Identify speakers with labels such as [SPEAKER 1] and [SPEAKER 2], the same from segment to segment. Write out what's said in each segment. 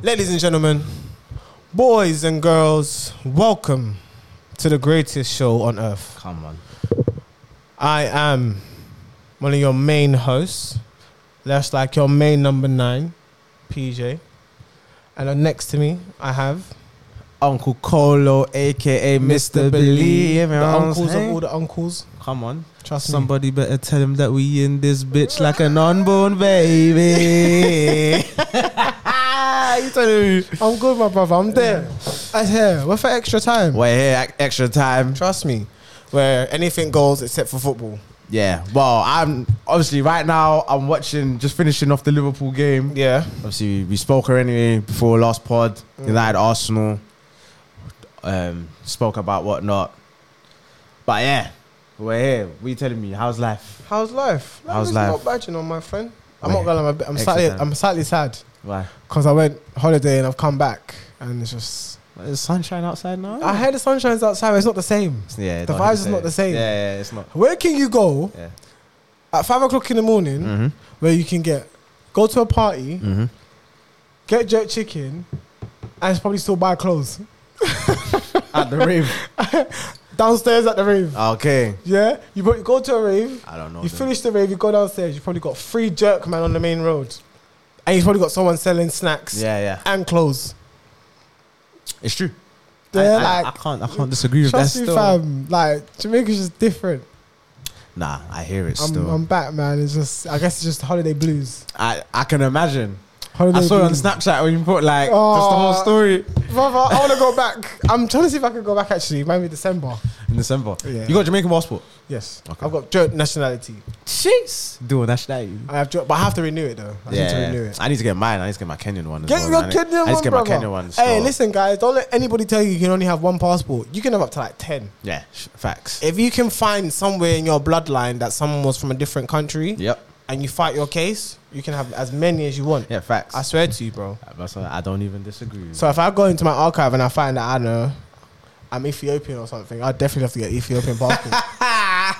[SPEAKER 1] Ladies and gentlemen, boys and girls, welcome to the greatest show on earth.
[SPEAKER 2] Come on.
[SPEAKER 1] I am one of your main hosts. That's like your main number nine, PJ. And then next to me, I have
[SPEAKER 2] Uncle Colo, aka Mr. Believe.
[SPEAKER 1] the uncles of all
[SPEAKER 2] the-
[SPEAKER 1] the uncles.
[SPEAKER 2] Come on.
[SPEAKER 1] Trust me.
[SPEAKER 2] Somebody better tell him that we in this bitch like an unborn baby. you telling me?
[SPEAKER 1] I'm good, my brother. I'm there. I'm here. We're for extra time.
[SPEAKER 2] We're here, ac- extra time.
[SPEAKER 1] Trust me. Where anything goes except for football.
[SPEAKER 2] Yeah. Well, I'm obviously right now. I'm watching, just finishing off the Liverpool game.
[SPEAKER 1] Yeah.
[SPEAKER 2] Obviously, we spoke already before last pod. United, Arsenal. Um, spoke about whatnot. But yeah, we're here. What you telling me? How's life?
[SPEAKER 1] How's life? life
[SPEAKER 2] How's
[SPEAKER 1] is
[SPEAKER 2] life?
[SPEAKER 1] Not bad, you know, my friend. I'm
[SPEAKER 2] Wait.
[SPEAKER 1] not gonna. lie, I'm, a bit- I'm
[SPEAKER 2] Extra
[SPEAKER 1] slightly.
[SPEAKER 2] time.
[SPEAKER 1] I'm slightly sad
[SPEAKER 2] Why?
[SPEAKER 1] because I went holiday and I've come back and it's just.
[SPEAKER 2] There's sunshine outside now.
[SPEAKER 1] I heard the sunshine's outside. but It's not the same.
[SPEAKER 2] yeah,
[SPEAKER 1] the
[SPEAKER 2] not
[SPEAKER 1] vibes is not the same.
[SPEAKER 2] Yeah, yeah, it's not.
[SPEAKER 1] Where can you go
[SPEAKER 2] Yeah.
[SPEAKER 1] at five o'clock in the morning
[SPEAKER 2] Mhm.
[SPEAKER 1] where you can get go to a party,
[SPEAKER 2] Mhm.
[SPEAKER 1] get jerk chicken, and probably still buy clothes
[SPEAKER 2] At the rave.
[SPEAKER 1] downstairs at the rave.
[SPEAKER 2] Okay.
[SPEAKER 1] Yeah, you probably go to a rave.
[SPEAKER 2] I don't know.
[SPEAKER 1] You
[SPEAKER 2] then.
[SPEAKER 1] finish the rave, you go downstairs. You probably got three jerk man on the main road, and you've probably got someone selling snacks
[SPEAKER 2] Yeah, yeah.
[SPEAKER 1] and clothes.
[SPEAKER 2] It's true.
[SPEAKER 1] They're
[SPEAKER 2] I, I,
[SPEAKER 1] like
[SPEAKER 2] I can't. I can't disagree with that.
[SPEAKER 1] Trust me,
[SPEAKER 2] Still.
[SPEAKER 1] fam. Like Jamaica's just different.
[SPEAKER 2] Nah, I hear it
[SPEAKER 1] I'm,
[SPEAKER 2] still.
[SPEAKER 1] I'm back, man. It's just, I guess, it's just holiday blues.
[SPEAKER 2] I, I can imagine.
[SPEAKER 1] Holiday
[SPEAKER 2] I saw it on
[SPEAKER 1] blues.
[SPEAKER 2] Snapchat when you put like just the whole
[SPEAKER 1] Oh.
[SPEAKER 2] story
[SPEAKER 1] Brother, I want to go back. I'm trying to see if I can go back. Actually, maybe December.
[SPEAKER 2] in December.
[SPEAKER 1] Yeah.
[SPEAKER 2] You got Jamaican passport.
[SPEAKER 1] Yes,
[SPEAKER 2] Okay.
[SPEAKER 1] I've got jerk nationality.
[SPEAKER 2] Jeez. Dual nationality.
[SPEAKER 1] I have, jerk, but I have to renew it though. I need to renew it.
[SPEAKER 2] I need to get mine. I need to get my Kenyan one. as
[SPEAKER 1] Get
[SPEAKER 2] well,
[SPEAKER 1] your
[SPEAKER 2] man.
[SPEAKER 1] Kenyan
[SPEAKER 2] I need to
[SPEAKER 1] one,
[SPEAKER 2] get
[SPEAKER 1] brother.
[SPEAKER 2] my Kenyan one.
[SPEAKER 1] Hey,
[SPEAKER 2] so-
[SPEAKER 1] listen, guys. Don't let anybody tell you you can only have one passport. You can have up to like ten.
[SPEAKER 2] Yeah, sh- facts.
[SPEAKER 1] If you can find somewhere in your bloodline that someone was from a different country
[SPEAKER 2] Yep.
[SPEAKER 1] and you fight your case, you can have as many as you want.
[SPEAKER 2] Yeah, facts.
[SPEAKER 1] I swear to you, bro.
[SPEAKER 2] That's why I don't even disagree.
[SPEAKER 1] So if I go into my archive and I find that I know I'm Ethiopian or something, I definitely have to get Ethiopian passport.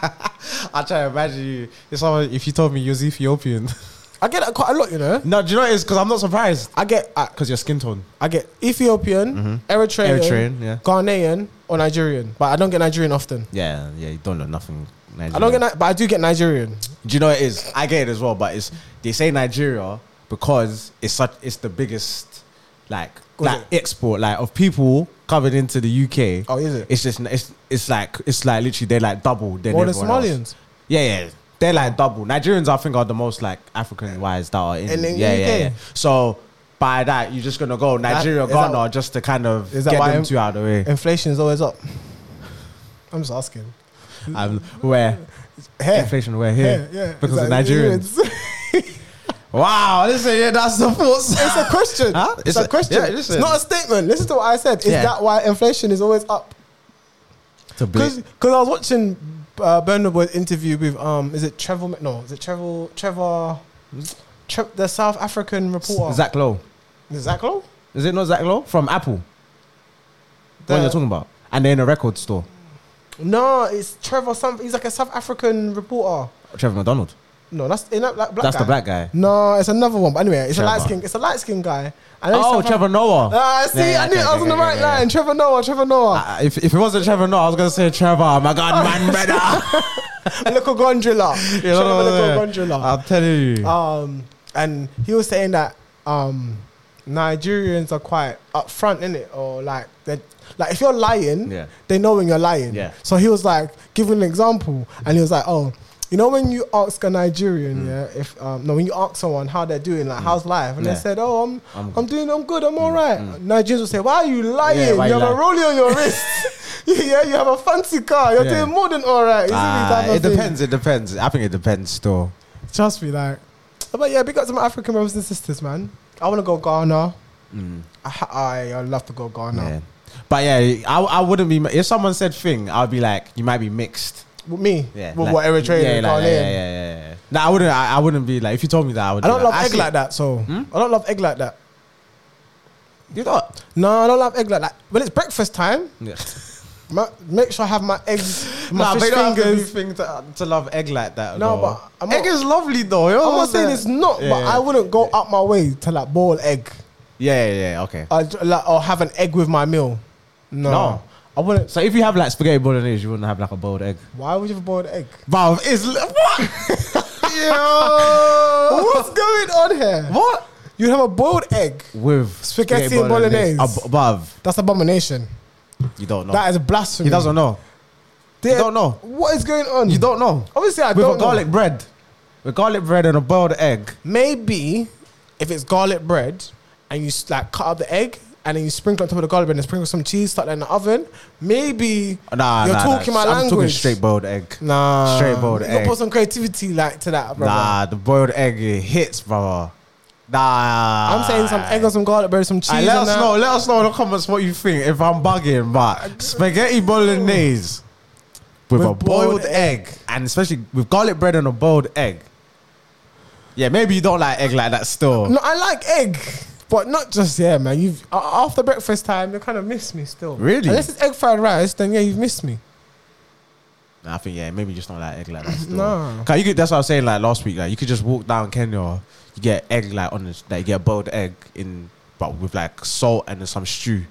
[SPEAKER 2] I try to imagine you. If someone, if you told me you was Ethiopian,
[SPEAKER 1] I get that quite a lot, you know.
[SPEAKER 2] no, do you know what it is? Because I'm not surprised.
[SPEAKER 1] I get I,
[SPEAKER 2] Because your skin tone,
[SPEAKER 1] I get Ethiopian, Eritrean,
[SPEAKER 2] Mm-hmm. Eritrean, yeah,
[SPEAKER 1] Ghanaian, or Nigerian, but I don't get Nigerian often.
[SPEAKER 2] yeah, yeah. You don't look nothing. Nigerian.
[SPEAKER 1] I don't get, Ni- but I do get Nigerian.
[SPEAKER 2] Do you know what it is? I get it as well, but it's they say Nigeria because it's such. It's the biggest, like,
[SPEAKER 1] Was
[SPEAKER 2] like export, like of people coming into the UK.
[SPEAKER 1] Oh, is it?
[SPEAKER 2] It's just it's it's like it's like literally they're like double. Than
[SPEAKER 1] More than
[SPEAKER 2] everyone else.
[SPEAKER 1] Somalians.
[SPEAKER 2] Yeah, yeah. They're like double. Nigerians, I think, are the most like African wise that are in,
[SPEAKER 1] And in
[SPEAKER 2] yeah,
[SPEAKER 1] UK.
[SPEAKER 2] yeah, yeah. So by that, you're just gonna go Nigeria,
[SPEAKER 1] is that-
[SPEAKER 2] Ghana, just to kind of
[SPEAKER 1] is that
[SPEAKER 2] get
[SPEAKER 1] why
[SPEAKER 2] them
[SPEAKER 1] I'm-
[SPEAKER 2] two out of the way.
[SPEAKER 1] Inflation is always up. I'm just asking.
[SPEAKER 2] Um, where
[SPEAKER 1] Hair.
[SPEAKER 2] inflation, we're
[SPEAKER 1] Hair,
[SPEAKER 2] here
[SPEAKER 1] Eh, yeah.
[SPEAKER 2] because
[SPEAKER 1] It's
[SPEAKER 2] of
[SPEAKER 1] like-
[SPEAKER 2] Nigerians. Wow, listen, yeah, that's the thoughts.
[SPEAKER 1] It's a question.
[SPEAKER 2] Huh?
[SPEAKER 1] It's, a, question.
[SPEAKER 2] yeah,
[SPEAKER 1] it's
[SPEAKER 2] listen.
[SPEAKER 1] not a statement. Listen to what I said. Is
[SPEAKER 2] Yeah.
[SPEAKER 1] that why inflation is always up?
[SPEAKER 2] To
[SPEAKER 1] Because
[SPEAKER 2] bla-
[SPEAKER 1] I was watching uh, Bernard Boyd's interview with um is it Trevor Mc- no is it Trevor Trevor Tre- the South African reporter
[SPEAKER 2] Zach Lowe.
[SPEAKER 1] Is Zach Lowe
[SPEAKER 2] Is it not Zach Lowe from Apple? The one
[SPEAKER 1] The-
[SPEAKER 2] you're talking about, and they're in a record store.
[SPEAKER 1] no it's Trevor something he's like a South African reporter
[SPEAKER 2] Trevor McDonald.
[SPEAKER 1] no that's in that black, black
[SPEAKER 2] that's
[SPEAKER 1] guy.
[SPEAKER 2] the black guy.
[SPEAKER 1] no it's another one but anyway it's
[SPEAKER 2] Trevor.
[SPEAKER 1] a light skin it's a light skin guy and
[SPEAKER 2] Oh, Trevor Noah.
[SPEAKER 1] Ah, see,
[SPEAKER 2] Yeah, yeah,
[SPEAKER 1] I knew
[SPEAKER 2] okay,
[SPEAKER 1] I was on the
[SPEAKER 2] okay,
[SPEAKER 1] right
[SPEAKER 2] okay, yeah.
[SPEAKER 1] line. Trevor Noah, Trevor Noah,
[SPEAKER 2] Uh, if, if it wasn't Trevor Noah, I was gonna say Trevor. My God, man, brother.
[SPEAKER 1] Local Gondola.
[SPEAKER 2] You know
[SPEAKER 1] Trevor
[SPEAKER 2] what I'm
[SPEAKER 1] Local
[SPEAKER 2] saying? Ah.
[SPEAKER 1] Gondola.
[SPEAKER 2] I'm telling you.
[SPEAKER 1] um, and he was saying that um, Nigerians are quite upfront in it, or like they like if you're lying,
[SPEAKER 2] Yeah.
[SPEAKER 1] they know when you're lying.
[SPEAKER 2] Yeah.
[SPEAKER 1] So he was like giving an example, and he was like, "Oh, you know when you ask a
[SPEAKER 2] Mm.
[SPEAKER 1] Nigerian, yeah, if um, no, when you ask someone how they're doing, like how's life, and
[SPEAKER 2] Yeah.
[SPEAKER 1] they said, "Oh, I'm
[SPEAKER 2] I'm
[SPEAKER 1] I'm,
[SPEAKER 2] good. Mm.
[SPEAKER 1] doing, I'm good, I'm all right." Nigerians will say, "Why are you lying?
[SPEAKER 2] Yeah, why
[SPEAKER 1] you
[SPEAKER 2] you
[SPEAKER 1] have a
[SPEAKER 2] lie?"
[SPEAKER 1] rollie on your wrist." yeah, you have a fancy car. You're
[SPEAKER 2] Yeah.
[SPEAKER 1] doing more than all right. You see me
[SPEAKER 2] Ah,
[SPEAKER 1] type of
[SPEAKER 2] it
[SPEAKER 1] thing.
[SPEAKER 2] depends. It depends. I think it depends. Still,
[SPEAKER 1] Trust me, like, but yeah, big up to my African brothers and sisters, man. I want to go Ghana. I, ha- I, I love to go Ghana.
[SPEAKER 2] Mm. yeah. But yeah, I, I wouldn't be. If someone said thing, I'd be like, you might be mixed.
[SPEAKER 1] With me,
[SPEAKER 2] Yeah,
[SPEAKER 1] with
[SPEAKER 2] like-
[SPEAKER 1] what Eritrean
[SPEAKER 2] yeah,
[SPEAKER 1] and
[SPEAKER 2] like,
[SPEAKER 1] Ghanaian.
[SPEAKER 2] yeah, yeah, yeah, yeah, yeah. No, I wouldn't. I, I wouldn't be like. If you told me that, I would.
[SPEAKER 1] I don't
[SPEAKER 2] be
[SPEAKER 1] love egg
[SPEAKER 2] Actually, hmm?
[SPEAKER 1] like that, so I don't love egg like that.
[SPEAKER 2] You not?
[SPEAKER 1] No, I don't love egg like that. When it's breakfast time,
[SPEAKER 2] Yeah.
[SPEAKER 1] ma- make sure I have my eggs, my
[SPEAKER 2] Nah, but
[SPEAKER 1] fish
[SPEAKER 2] you don't have to
[SPEAKER 1] fingers.
[SPEAKER 2] do thing to, to love egg like that.
[SPEAKER 1] No,
[SPEAKER 2] though.
[SPEAKER 1] but I'm
[SPEAKER 2] egg
[SPEAKER 1] not-
[SPEAKER 2] is lovely though. You know
[SPEAKER 1] I'm
[SPEAKER 2] what
[SPEAKER 1] not saying it's not,
[SPEAKER 2] Oh, Yeah,
[SPEAKER 1] but
[SPEAKER 2] yeah.
[SPEAKER 1] I wouldn't go up my way to like boil egg.
[SPEAKER 2] Yeah, yeah, yeah. Okay.
[SPEAKER 1] I d- like, I'll have an egg with my meal. No.
[SPEAKER 2] No.
[SPEAKER 1] I wouldn't.
[SPEAKER 2] So if you have like spaghetti bolognese, you wouldn't have like a boiled egg.
[SPEAKER 1] Why would you have boiled egg?
[SPEAKER 2] Bro, it's
[SPEAKER 1] Yo! What's going on here?
[SPEAKER 2] what
[SPEAKER 1] You have a boiled egg.
[SPEAKER 2] with
[SPEAKER 1] Spaghetti and bolognese.
[SPEAKER 2] Ab- above.
[SPEAKER 1] That's abomination.
[SPEAKER 2] You don't know.
[SPEAKER 1] That is blasphemy.
[SPEAKER 2] he doesn't know.
[SPEAKER 1] They-
[SPEAKER 2] you don't know.
[SPEAKER 1] What is going on?
[SPEAKER 2] You don't know.
[SPEAKER 1] Obviously, I
[SPEAKER 2] with
[SPEAKER 1] don't
[SPEAKER 2] a
[SPEAKER 1] know.
[SPEAKER 2] garlic bread, with garlic bread and a boiled egg.
[SPEAKER 1] Maybe if it's garlic bread and you s- like cut up the egg and then you sprinkle on top of the garlic bread and sprinkle some cheese, start that in the oven. Maybe
[SPEAKER 2] Oh, Nah,
[SPEAKER 1] you're
[SPEAKER 2] nah,
[SPEAKER 1] talking
[SPEAKER 2] nah.
[SPEAKER 1] my
[SPEAKER 2] I'm
[SPEAKER 1] language.
[SPEAKER 2] talking straight boiled egg.
[SPEAKER 1] Nah,
[SPEAKER 2] Straight boiled
[SPEAKER 1] You gotta
[SPEAKER 2] egg.
[SPEAKER 1] put some creativity like to that, brother.
[SPEAKER 2] Nah, the boiled egg it hits, brother. Nah.
[SPEAKER 1] I'm saying some egg or some garlic bread, some cheese.
[SPEAKER 2] Aight, let
[SPEAKER 1] and
[SPEAKER 2] us
[SPEAKER 1] that.
[SPEAKER 2] know. Let us know in the comments what you think. If I'm bugging, but spaghetti bolognese with, a
[SPEAKER 1] With
[SPEAKER 2] boiled
[SPEAKER 1] boiled
[SPEAKER 2] egg, and especially with garlic bread and a boiled egg. Yeah, maybe you don't like egg like that still.
[SPEAKER 1] No, I like egg, but not just yeah, man. You've a- after breakfast time, you kind of miss me still.
[SPEAKER 2] Really?
[SPEAKER 1] Unless it's egg fried rice, then yeah, you've missed me.
[SPEAKER 2] Nah, I think yeah, maybe you just don't like egg like that. Still.
[SPEAKER 1] Nah.
[SPEAKER 2] 'Cause you could, that's what I was saying. Like last week, like you could just walk down Kenya, you get egg like on the, like you get a boiled egg in, but with like salt and then some stew,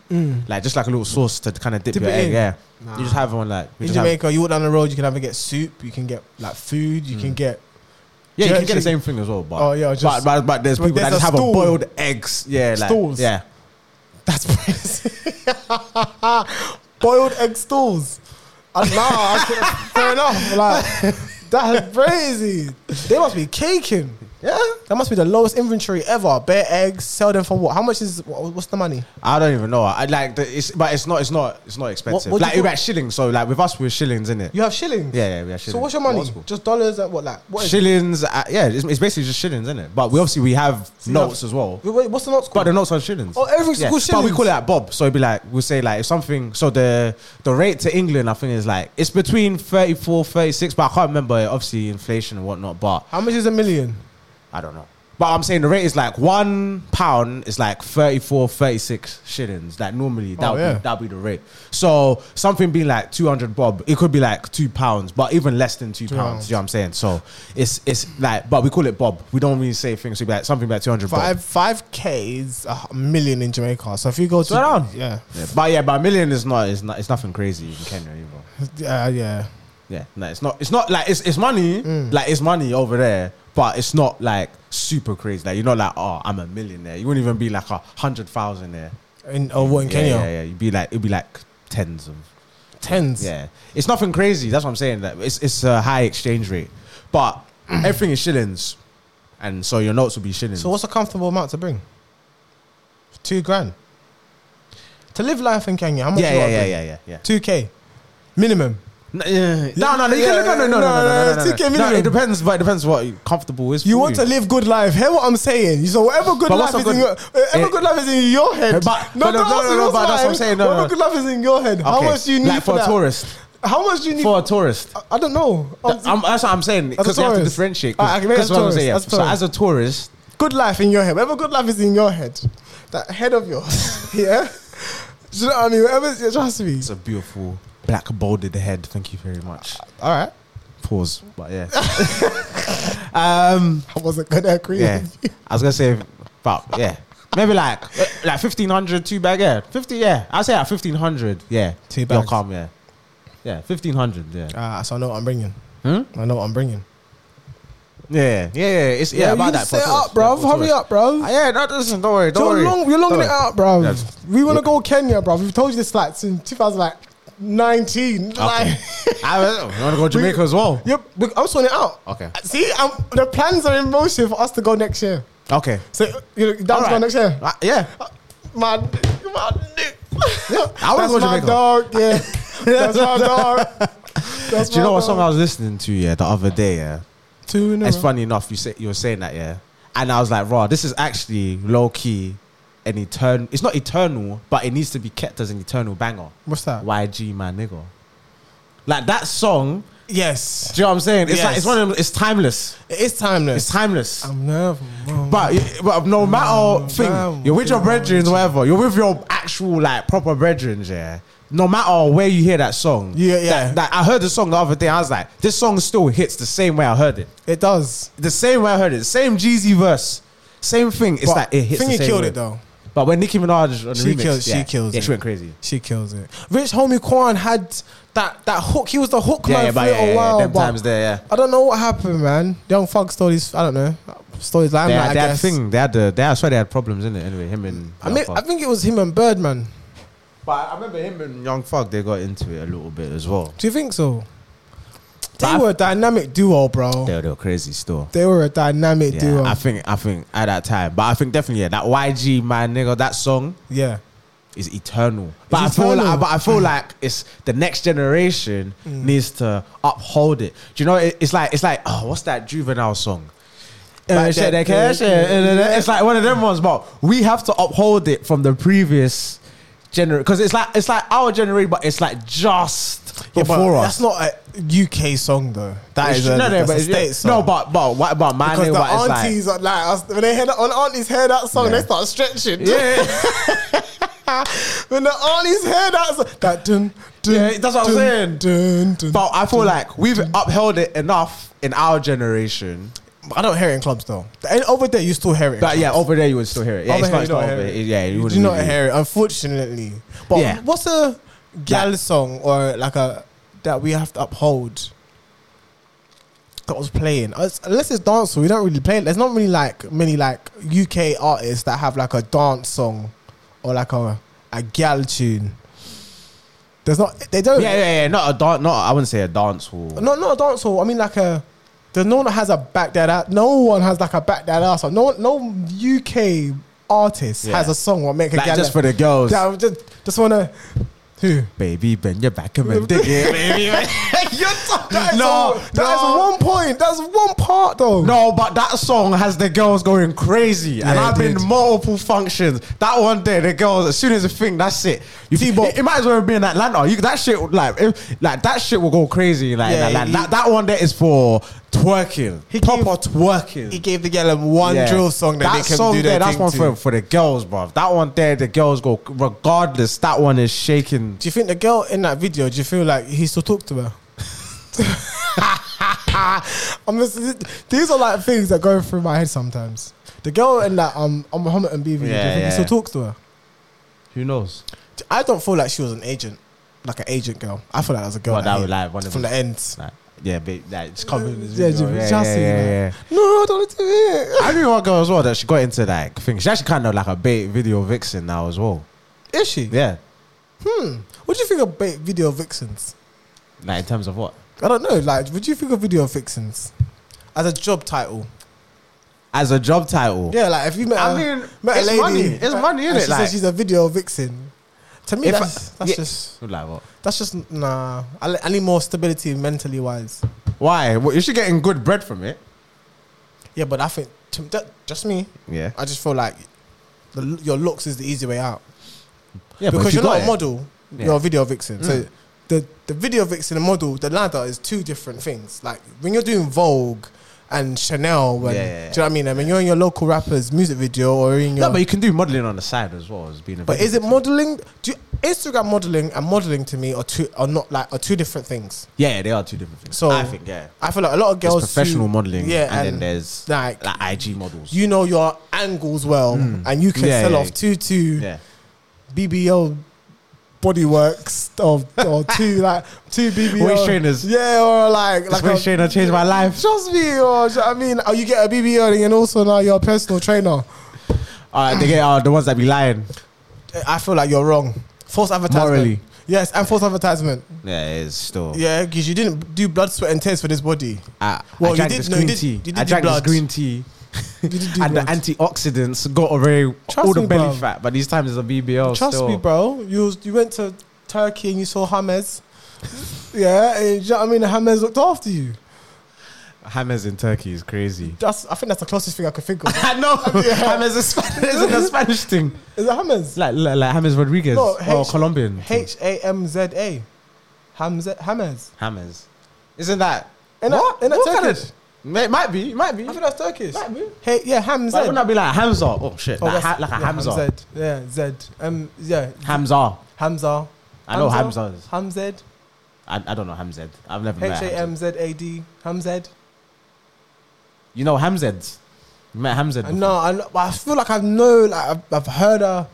[SPEAKER 2] like just like a little sauce to kind of dip,
[SPEAKER 1] Mm. Dip
[SPEAKER 2] your
[SPEAKER 1] it
[SPEAKER 2] egg.
[SPEAKER 1] in.
[SPEAKER 2] Yeah,
[SPEAKER 1] Nah.
[SPEAKER 2] you just have one like you
[SPEAKER 1] In
[SPEAKER 2] just have-
[SPEAKER 1] Jamaica, you walk down the road, you can either get soup, you can get like food, you
[SPEAKER 2] Mm.
[SPEAKER 1] can get
[SPEAKER 2] yeah, you
[SPEAKER 1] Do you
[SPEAKER 2] can get the
[SPEAKER 1] actually-
[SPEAKER 2] same thing as well. But
[SPEAKER 1] Oh, yeah,
[SPEAKER 2] but,
[SPEAKER 1] just-
[SPEAKER 2] but, but there's
[SPEAKER 1] But
[SPEAKER 2] people that
[SPEAKER 1] there's
[SPEAKER 2] just
[SPEAKER 1] a
[SPEAKER 2] have a
[SPEAKER 1] stool.
[SPEAKER 2] boiled eggs. Yeah, like,
[SPEAKER 1] Stools.
[SPEAKER 2] Yeah,
[SPEAKER 1] That's crazy. boiled egg stools. Uh, nah, I could, fair enough. Like that's crazy. They must be caking.
[SPEAKER 2] yeah.
[SPEAKER 1] That must be the lowest inventory ever. Bare eggs, sell them for what? How much is what, what's the money?
[SPEAKER 2] I don't even know. I like the, it's, but it's not. It's not. It's not expensive.
[SPEAKER 1] what do
[SPEAKER 2] like
[SPEAKER 1] you
[SPEAKER 2] we're
[SPEAKER 1] call-
[SPEAKER 2] at shillings. So like with us, we're shillings, isn't it?
[SPEAKER 1] You have shillings.
[SPEAKER 2] Yeah, yeah, we have shillings.
[SPEAKER 1] So what's your money?
[SPEAKER 2] Multiple.
[SPEAKER 1] Just dollars and what like what is
[SPEAKER 2] shillings. Uh, yeah, it's, it's basically just shillings, isn't it? But we obviously we have
[SPEAKER 1] you
[SPEAKER 2] notes
[SPEAKER 1] have-
[SPEAKER 2] as well.
[SPEAKER 1] Wait, wait, what's the notes
[SPEAKER 2] But
[SPEAKER 1] called?
[SPEAKER 2] the notes are shillings.
[SPEAKER 1] Oh, everything's called
[SPEAKER 2] But we
[SPEAKER 1] shillings.
[SPEAKER 2] call it like bob. So it'd be like we'll say like if something. So the the rate to England, I think, is like it's between 34, 36, But I can't remember. Obviously, inflation and whatnot. But
[SPEAKER 1] How much is a million?
[SPEAKER 2] I don't know. But I'm saying the rate is like one pound is like 34, 36 shillings. Like normally that
[SPEAKER 1] Oh,
[SPEAKER 2] would
[SPEAKER 1] yeah.
[SPEAKER 2] be, that would be the rate. So something being like 200 bob, it could be like two pounds, but even less than two, pounds,
[SPEAKER 1] pounds.
[SPEAKER 2] You know what I'm saying? So it's it's like, but we call it bob. We don't really say things. We be like something about 200 bob.
[SPEAKER 1] Five five K is a h- million in Jamaica. So if you go to
[SPEAKER 2] Slow down.
[SPEAKER 1] yeah,
[SPEAKER 2] Yeah, but yeah, but a million is not it's not it's nothing crazy in Kenya either.
[SPEAKER 1] yeah, yeah.
[SPEAKER 2] Yeah, no, it's not. It's not like it's it's money.
[SPEAKER 1] Mm.
[SPEAKER 2] Like it's money over there, but it's not like super crazy. Like you're not like oh, I'm a millionaire. You wouldn't even be like a hundred thousand there.
[SPEAKER 1] In oh, what in Kenya?
[SPEAKER 2] Yeah, yeah, yeah. You'd be like, it'd be like tens of.
[SPEAKER 1] Tens.
[SPEAKER 2] Yeah, it's nothing crazy. That's what I'm saying. That it's it's a high exchange rate, but everything is shillings, and so your notes will be shillings.
[SPEAKER 1] So what's a comfortable amount to bring? Two grand. To live life in Kenya, how much?
[SPEAKER 2] yeah,
[SPEAKER 1] you
[SPEAKER 2] yeah,
[SPEAKER 1] wanna
[SPEAKER 2] yeah,
[SPEAKER 1] bring?
[SPEAKER 2] yeah, yeah, yeah.
[SPEAKER 1] Two k, minimum.
[SPEAKER 2] No, yeah. no, no, no, you can, no, no, no, no, no, no, no, no,
[SPEAKER 1] 2K
[SPEAKER 2] no, no.
[SPEAKER 1] minimum.
[SPEAKER 2] It depends, but it depends what you- comfortable is.
[SPEAKER 1] You
[SPEAKER 2] for
[SPEAKER 1] want to live good life. Hear what I'm saying? So whatever good
[SPEAKER 2] But
[SPEAKER 1] life is
[SPEAKER 2] what's a
[SPEAKER 1] in
[SPEAKER 2] good-
[SPEAKER 1] your whatever
[SPEAKER 2] Eh,
[SPEAKER 1] good life is in your head.
[SPEAKER 2] but- but no,
[SPEAKER 1] don't
[SPEAKER 2] no,
[SPEAKER 1] ask
[SPEAKER 2] no,
[SPEAKER 1] me
[SPEAKER 2] no,
[SPEAKER 1] what's
[SPEAKER 2] but that's what I'm
[SPEAKER 1] mine.
[SPEAKER 2] saying, no,
[SPEAKER 1] whatever
[SPEAKER 2] no.
[SPEAKER 1] good life is in your head. How
[SPEAKER 2] Okay.
[SPEAKER 1] much do you need
[SPEAKER 2] like for, a
[SPEAKER 1] that?
[SPEAKER 2] tourist?
[SPEAKER 1] How much do you need?
[SPEAKER 2] For a tourist,
[SPEAKER 1] I- I don't know. I'm-
[SPEAKER 2] Th- I'm- that's what I'm saying because you have to
[SPEAKER 1] tourist.
[SPEAKER 2] differentiate.
[SPEAKER 1] Ah, okay,
[SPEAKER 2] Because
[SPEAKER 1] as a
[SPEAKER 2] what I'm
[SPEAKER 1] tourist,
[SPEAKER 2] saying, yeah.
[SPEAKER 1] as a
[SPEAKER 2] so
[SPEAKER 1] tourist.
[SPEAKER 2] as a tourist,
[SPEAKER 1] good life in your head, whatever good life is in your head, that head of yours, yeah. Do you know what I mean? Whatever, trust me.
[SPEAKER 2] it's a beautiful black bolded head. Thank you very much.
[SPEAKER 1] All right,
[SPEAKER 2] Pause, but yeah. um,
[SPEAKER 1] I wasn't gonna agree.
[SPEAKER 2] Yeah,
[SPEAKER 1] With you.
[SPEAKER 2] I was gonna say about yeah, maybe like like fifteen hundred two bag yeah, fifty yeah. I'd say at fifteen hundred yeah,
[SPEAKER 1] Two
[SPEAKER 2] you're
[SPEAKER 1] bags.
[SPEAKER 2] calm yeah, yeah fifteen hundred yeah.
[SPEAKER 1] Ah, so I know what I'm bringing.
[SPEAKER 2] Hmm?
[SPEAKER 1] I know what I'm bringing.
[SPEAKER 2] yeah, yeah, yeah, It's yeah,
[SPEAKER 1] you
[SPEAKER 2] about
[SPEAKER 1] need
[SPEAKER 2] that.
[SPEAKER 1] to Set
[SPEAKER 2] for tourists,
[SPEAKER 1] up, bruv.
[SPEAKER 2] yeah, for
[SPEAKER 1] Hurry
[SPEAKER 2] tourists.
[SPEAKER 1] up, bruv.
[SPEAKER 2] Ah, yeah, no, listen, don't worry, don't
[SPEAKER 1] You're
[SPEAKER 2] worry.
[SPEAKER 1] long. You're longing
[SPEAKER 2] Don't
[SPEAKER 1] it
[SPEAKER 2] worry.
[SPEAKER 1] out, bruv.
[SPEAKER 2] Yeah.
[SPEAKER 1] We want to go Kenya, bruv. We've told you this like since 2019.
[SPEAKER 2] Okay.
[SPEAKER 1] Like,
[SPEAKER 2] I was- you want to go to Jamaica as well?
[SPEAKER 1] yep. we- I'm sorting it out.
[SPEAKER 2] Okay,
[SPEAKER 1] See, i the plans are in motion for us to go next year.
[SPEAKER 2] okay.
[SPEAKER 1] So you know, that's
[SPEAKER 2] Alright.
[SPEAKER 1] going next year.
[SPEAKER 2] Ah, yeah,
[SPEAKER 1] My, my,
[SPEAKER 2] I wanna
[SPEAKER 1] that's my
[SPEAKER 2] go Jamaica.
[SPEAKER 1] dog. Yeah, that's my dog. That's
[SPEAKER 2] do you
[SPEAKER 1] my
[SPEAKER 2] know what
[SPEAKER 1] dog.
[SPEAKER 2] song I was listening to yeah the other day yeah?
[SPEAKER 1] Two in a
[SPEAKER 2] It's
[SPEAKER 1] row.
[SPEAKER 2] funny enough, you say you were saying that, yeah. And I was like, raw, this is actually low key an eternal it's not eternal, but it needs to be kept as an eternal banger.
[SPEAKER 1] What's that?
[SPEAKER 2] YG my nigga. Like that song,
[SPEAKER 1] Yes,
[SPEAKER 2] do you know what I'm saying? It's like
[SPEAKER 1] Yes.
[SPEAKER 2] it's one of them, it's timeless.
[SPEAKER 1] it's timeless.
[SPEAKER 2] It's timeless.
[SPEAKER 1] I'm never wrong.
[SPEAKER 2] but, but no matter
[SPEAKER 1] Mm,
[SPEAKER 2] thing,
[SPEAKER 1] damn,
[SPEAKER 2] you're with your
[SPEAKER 1] damn.
[SPEAKER 2] brethren, whatever. You're with your actual like proper brethren, yeah. No matter where you hear that song,
[SPEAKER 1] Yeah, yeah.
[SPEAKER 2] That, that- I heard the song the other day. I was like, this song still hits the same way I heard it
[SPEAKER 1] it does.
[SPEAKER 2] the same way I heard it, same Jeezy verse, same thing. It's
[SPEAKER 1] But
[SPEAKER 2] like it hits.
[SPEAKER 1] Thingy
[SPEAKER 2] the same
[SPEAKER 1] killed
[SPEAKER 2] way.
[SPEAKER 1] it though.
[SPEAKER 2] But when Nicki Minaj on the
[SPEAKER 1] She
[SPEAKER 2] remix,
[SPEAKER 1] kills- she
[SPEAKER 2] yeah,
[SPEAKER 1] kills
[SPEAKER 2] Yeah,
[SPEAKER 1] it.
[SPEAKER 2] she went crazy.
[SPEAKER 1] She kills it. Rich homie Quan had that that hook. He was the hook
[SPEAKER 2] Yeah,
[SPEAKER 1] man
[SPEAKER 2] yeah,
[SPEAKER 1] for
[SPEAKER 2] but
[SPEAKER 1] a
[SPEAKER 2] yeah, yeah,
[SPEAKER 1] while.
[SPEAKER 2] them
[SPEAKER 1] but
[SPEAKER 2] times there, yeah.
[SPEAKER 1] I don't know what happened, man. Young Thug stole his. I don't know. Stole his
[SPEAKER 2] They
[SPEAKER 1] limelight.
[SPEAKER 2] had,
[SPEAKER 1] I
[SPEAKER 2] they had
[SPEAKER 1] guess.
[SPEAKER 2] thing. They had the. They, I swear they had problems in it. Anyway, him and.
[SPEAKER 1] I
[SPEAKER 2] Young
[SPEAKER 1] mean,
[SPEAKER 2] Thug.
[SPEAKER 1] I think it was him and Birdman.
[SPEAKER 2] but I remember him and Young Thug. They got into it a little bit as well.
[SPEAKER 1] Do you think so? They
[SPEAKER 2] But I-
[SPEAKER 1] were a dynamic duo, bro.
[SPEAKER 2] They, were- they were crazy still.
[SPEAKER 1] They were a dynamic
[SPEAKER 2] Yeah,
[SPEAKER 1] duo.
[SPEAKER 2] I think. I think at that time, but I think definitely yeah. That YG man nigga, that song
[SPEAKER 1] yeah.
[SPEAKER 2] is eternal. Mm. But I feel
[SPEAKER 1] eternal.
[SPEAKER 2] like, but I feel like it's the next generation needs to uphold it. Do you know? It, it's like it's like oh, what's that juvenile song? Uh,
[SPEAKER 1] Back
[SPEAKER 2] share
[SPEAKER 1] that
[SPEAKER 2] that cash,
[SPEAKER 1] day.
[SPEAKER 2] yeah, and then It's like one of them ones, but we have to uphold it from the previous generation because it's like it's like our generation, but it's like just
[SPEAKER 1] Yeah, but
[SPEAKER 2] before us.
[SPEAKER 1] that's not a UK song though. That is a,
[SPEAKER 2] no, no,
[SPEAKER 1] that's
[SPEAKER 2] but
[SPEAKER 1] a
[SPEAKER 2] it's-
[SPEAKER 1] state song.
[SPEAKER 2] no, but but what about my
[SPEAKER 1] because
[SPEAKER 2] name?
[SPEAKER 1] the
[SPEAKER 2] But it's like
[SPEAKER 1] aunties are like us- when they hear that, when the aunties hear that song,
[SPEAKER 2] Yeah.
[SPEAKER 1] they start stretching.
[SPEAKER 2] yeah,
[SPEAKER 1] when the aunties hear that song, that dun, dun,
[SPEAKER 2] Yeah, that's what I'm
[SPEAKER 1] dun,
[SPEAKER 2] saying.
[SPEAKER 1] Dun, dun.
[SPEAKER 2] but I feel like we've upheld it enough in our generation.
[SPEAKER 1] I don't hear it in clubs though. And over there, you still hear it. in
[SPEAKER 2] But yeah,
[SPEAKER 1] clubs.
[SPEAKER 2] over there you would still hear it. Yeah,
[SPEAKER 1] Over
[SPEAKER 2] it's
[SPEAKER 1] here,
[SPEAKER 2] not,
[SPEAKER 1] you
[SPEAKER 2] it's
[SPEAKER 1] don't
[SPEAKER 2] not
[SPEAKER 1] hear
[SPEAKER 2] over
[SPEAKER 1] it.
[SPEAKER 2] it. Yeah, you,
[SPEAKER 1] you
[SPEAKER 2] wouldn't
[SPEAKER 1] do not
[SPEAKER 2] really-
[SPEAKER 1] hear it, unfortunately. But
[SPEAKER 2] Yeah.
[SPEAKER 1] what's a gal
[SPEAKER 2] That-
[SPEAKER 1] song or like a that we have to uphold? That was playing. Us- Unless it's dance, we don't really play. There's not really like many like UK artists that have like a dance song or like a a gal tune. There's not. They don't.
[SPEAKER 2] Yeah, yeah, yeah. Not a dance. Not I wouldn't say a dance hall.
[SPEAKER 1] No, not a dance hall. I mean, like a. There's no one that has a back that ass. No one has like a back that ass. song. No, no UK artist
[SPEAKER 2] Yeah.
[SPEAKER 1] has a song or make a
[SPEAKER 2] like
[SPEAKER 1] gal.
[SPEAKER 2] just for the girls.
[SPEAKER 1] Yeah, I just just wanna. Who?
[SPEAKER 2] Baby, bend your back and then dig it. Baby, you're
[SPEAKER 1] That is all- that is one point. That's one part though.
[SPEAKER 2] No, but that song has the girls going crazy, and
[SPEAKER 1] Yeah, it
[SPEAKER 2] I've been
[SPEAKER 1] did.
[SPEAKER 2] multiple functions. That one day, the girls as soon as the thing, that's it. You
[SPEAKER 1] T-Bow.
[SPEAKER 2] it, it might as well be in Atlanta. You that shit like if, like that shit will go crazy. Like,
[SPEAKER 1] Yeah,
[SPEAKER 2] in Atlanta.
[SPEAKER 1] he-
[SPEAKER 2] that, that one there is for twerking, proper twerking.
[SPEAKER 1] He gave the girl one
[SPEAKER 2] Yeah.
[SPEAKER 1] drill song that, they can
[SPEAKER 2] song
[SPEAKER 1] do
[SPEAKER 2] there,
[SPEAKER 1] their
[SPEAKER 2] that's
[SPEAKER 1] thing
[SPEAKER 2] one
[SPEAKER 1] to.
[SPEAKER 2] for for the girls, bro. That one there, the girls go regardless. That one is shaking.
[SPEAKER 1] Do you think the girl in that video? Do you feel like he still talked to her? I'm just, these are like things that go through my head sometimes. The girl in that um, on Muhammad and B video, do you
[SPEAKER 2] Yeah,
[SPEAKER 1] think he
[SPEAKER 2] yeah.
[SPEAKER 1] still talks to her?
[SPEAKER 2] Who knows?
[SPEAKER 1] I don't feel like she was an agent, like an agent girl. I feel like that was a girl.
[SPEAKER 2] Well, that
[SPEAKER 1] he-
[SPEAKER 2] was like one of
[SPEAKER 1] from
[SPEAKER 2] them.
[SPEAKER 1] the end.
[SPEAKER 2] Like, yeah, but like, it's coming.
[SPEAKER 1] Yeah,
[SPEAKER 2] yeah,
[SPEAKER 1] yeah,
[SPEAKER 2] yeah,
[SPEAKER 1] just
[SPEAKER 2] yeah,
[SPEAKER 1] see
[SPEAKER 2] yeah,
[SPEAKER 1] that.
[SPEAKER 2] yeah.
[SPEAKER 1] No, I don't want to do it.
[SPEAKER 2] I knew one girl as well that she got into like things. She's actually kind of like a bait video vixen now as well.
[SPEAKER 1] Is she?
[SPEAKER 2] Yeah,
[SPEAKER 1] What do you think of ba- video vixens?
[SPEAKER 2] like in terms of what
[SPEAKER 1] I don't know. Like, what do you think of video vixens as a job title?
[SPEAKER 2] as a job title.
[SPEAKER 1] Yeah, like if you met,
[SPEAKER 2] I
[SPEAKER 1] a-
[SPEAKER 2] mean,
[SPEAKER 1] met
[SPEAKER 2] it's
[SPEAKER 1] a lady,
[SPEAKER 2] money. It's
[SPEAKER 1] uh,
[SPEAKER 2] money,
[SPEAKER 1] and
[SPEAKER 2] innit?
[SPEAKER 1] She
[SPEAKER 2] Like-
[SPEAKER 1] says she's a video vixen. To me,
[SPEAKER 2] If I-
[SPEAKER 1] that's, that's
[SPEAKER 2] yeah.
[SPEAKER 1] just
[SPEAKER 2] Like what?
[SPEAKER 1] that's just nah. I, li- I need more stability mentally wise.
[SPEAKER 2] Why? Well, if she getting good bread from it.
[SPEAKER 1] Yeah, but I think to, that, just me.
[SPEAKER 2] Yeah.
[SPEAKER 1] I just feel like the, l- your looks is the easy way out.
[SPEAKER 2] Yeah, but if
[SPEAKER 1] because
[SPEAKER 2] you
[SPEAKER 1] you're not
[SPEAKER 2] got
[SPEAKER 1] a
[SPEAKER 2] it-
[SPEAKER 1] model,
[SPEAKER 2] Yeah.
[SPEAKER 1] you're a video vixen.
[SPEAKER 2] Mm.
[SPEAKER 1] So the, the video vixen and model, the ladder is two different things. Like when you're doing Vogue and Chanel, when,
[SPEAKER 2] Yeah, yeah, yeah.
[SPEAKER 1] do you know what I mean? I mean, you're in your local rapper's music video or in your.
[SPEAKER 2] No, but you can do modeling on the side as well as being a.
[SPEAKER 1] but
[SPEAKER 2] video
[SPEAKER 1] is it
[SPEAKER 2] vixen.
[SPEAKER 1] modeling? Do you, Instagram modeling and modeling to me are two are not like are two different things.
[SPEAKER 2] Yeah, yeah, they are two different things.
[SPEAKER 1] So-
[SPEAKER 2] I think yeah.
[SPEAKER 1] I feel like a lot of
[SPEAKER 2] There's
[SPEAKER 1] girls
[SPEAKER 2] professional
[SPEAKER 1] who-
[SPEAKER 2] modeling,
[SPEAKER 1] yeah,
[SPEAKER 2] and, then there's
[SPEAKER 1] like,
[SPEAKER 2] like, IG models.
[SPEAKER 1] you know your angles well, and you can
[SPEAKER 2] Yeah,
[SPEAKER 1] sell
[SPEAKER 2] yeah,
[SPEAKER 1] off
[SPEAKER 2] yeah.
[SPEAKER 1] two to
[SPEAKER 2] yeah,
[SPEAKER 1] BBL bodyworks or or two like two BBL
[SPEAKER 2] Waist trainers.
[SPEAKER 1] Yeah, or like
[SPEAKER 2] like
[SPEAKER 1] like
[SPEAKER 2] this way changed my life.
[SPEAKER 1] just me or do you know what I mean, oh, you get a BBL and then also now you're a personal trainer.
[SPEAKER 2] Uh, they get uh, the ones that be lying.
[SPEAKER 1] I feel like you're wrong. False advertisement.
[SPEAKER 2] Morally.
[SPEAKER 1] Yes, and false advertisement.
[SPEAKER 2] Yeah, it's still.
[SPEAKER 1] Yeah, because you didn't do blood, sweat, and tears for this body.
[SPEAKER 2] I,
[SPEAKER 1] Well,
[SPEAKER 2] I
[SPEAKER 1] you
[SPEAKER 2] drank
[SPEAKER 1] did-
[SPEAKER 2] this
[SPEAKER 1] no, you
[SPEAKER 2] green
[SPEAKER 1] did-
[SPEAKER 2] tea.
[SPEAKER 1] you did
[SPEAKER 2] I
[SPEAKER 1] do
[SPEAKER 2] drank
[SPEAKER 1] blood.
[SPEAKER 2] this green tea.
[SPEAKER 1] You didn't do
[SPEAKER 2] and
[SPEAKER 1] blood.
[SPEAKER 2] the antioxidants got away
[SPEAKER 1] Trust
[SPEAKER 2] all the
[SPEAKER 1] me,
[SPEAKER 2] belly
[SPEAKER 1] bruv.
[SPEAKER 2] fat, but these times the BBL.
[SPEAKER 1] Trust
[SPEAKER 2] still.
[SPEAKER 1] me, bro. You was, you went to Turkey and you saw Hames. yeah, and do you know what I mean. Hames looked after you.
[SPEAKER 2] Hammers in Turkey is crazy.
[SPEAKER 1] That's I think that's the closest thing I could think of.
[SPEAKER 2] I know. Hammers is Spanish, isn't a Spanish thing.
[SPEAKER 1] Is it Hames?
[SPEAKER 2] It's like like, like Hammers Rodriguez
[SPEAKER 1] No,
[SPEAKER 2] or
[SPEAKER 1] H-
[SPEAKER 2] Colombian.
[SPEAKER 1] H A M Z A. Hamza Hammers.
[SPEAKER 2] Hammers, isn't that?
[SPEAKER 1] Isn't that- isn't that
[SPEAKER 2] What kind
[SPEAKER 1] Turkish?
[SPEAKER 2] of- It might be. It might be.
[SPEAKER 1] I think that's Turkish.
[SPEAKER 2] Might be.
[SPEAKER 1] Hey, yeah, Hamza.
[SPEAKER 2] Like, wouldn't that be like Hamza? Oh shit,
[SPEAKER 1] Oh,
[SPEAKER 2] like,
[SPEAKER 1] that's-
[SPEAKER 2] ha- like a
[SPEAKER 1] yeah,
[SPEAKER 2] Hamza. Hamza.
[SPEAKER 1] Hamzed. Yeah, Zed. Um, yeah, Hamza.
[SPEAKER 2] I know
[SPEAKER 1] Hamza.
[SPEAKER 2] Hamzas.
[SPEAKER 1] Hamzed.
[SPEAKER 2] I, I don't know Hamzed. I've never
[SPEAKER 1] H
[SPEAKER 2] met.
[SPEAKER 1] A
[SPEAKER 2] Hamzed.
[SPEAKER 1] M Z A D. Hamzed.
[SPEAKER 2] You know Hamzed. You met Hamza.
[SPEAKER 1] I know, I know, but I feel like I know, like I've, I've heard a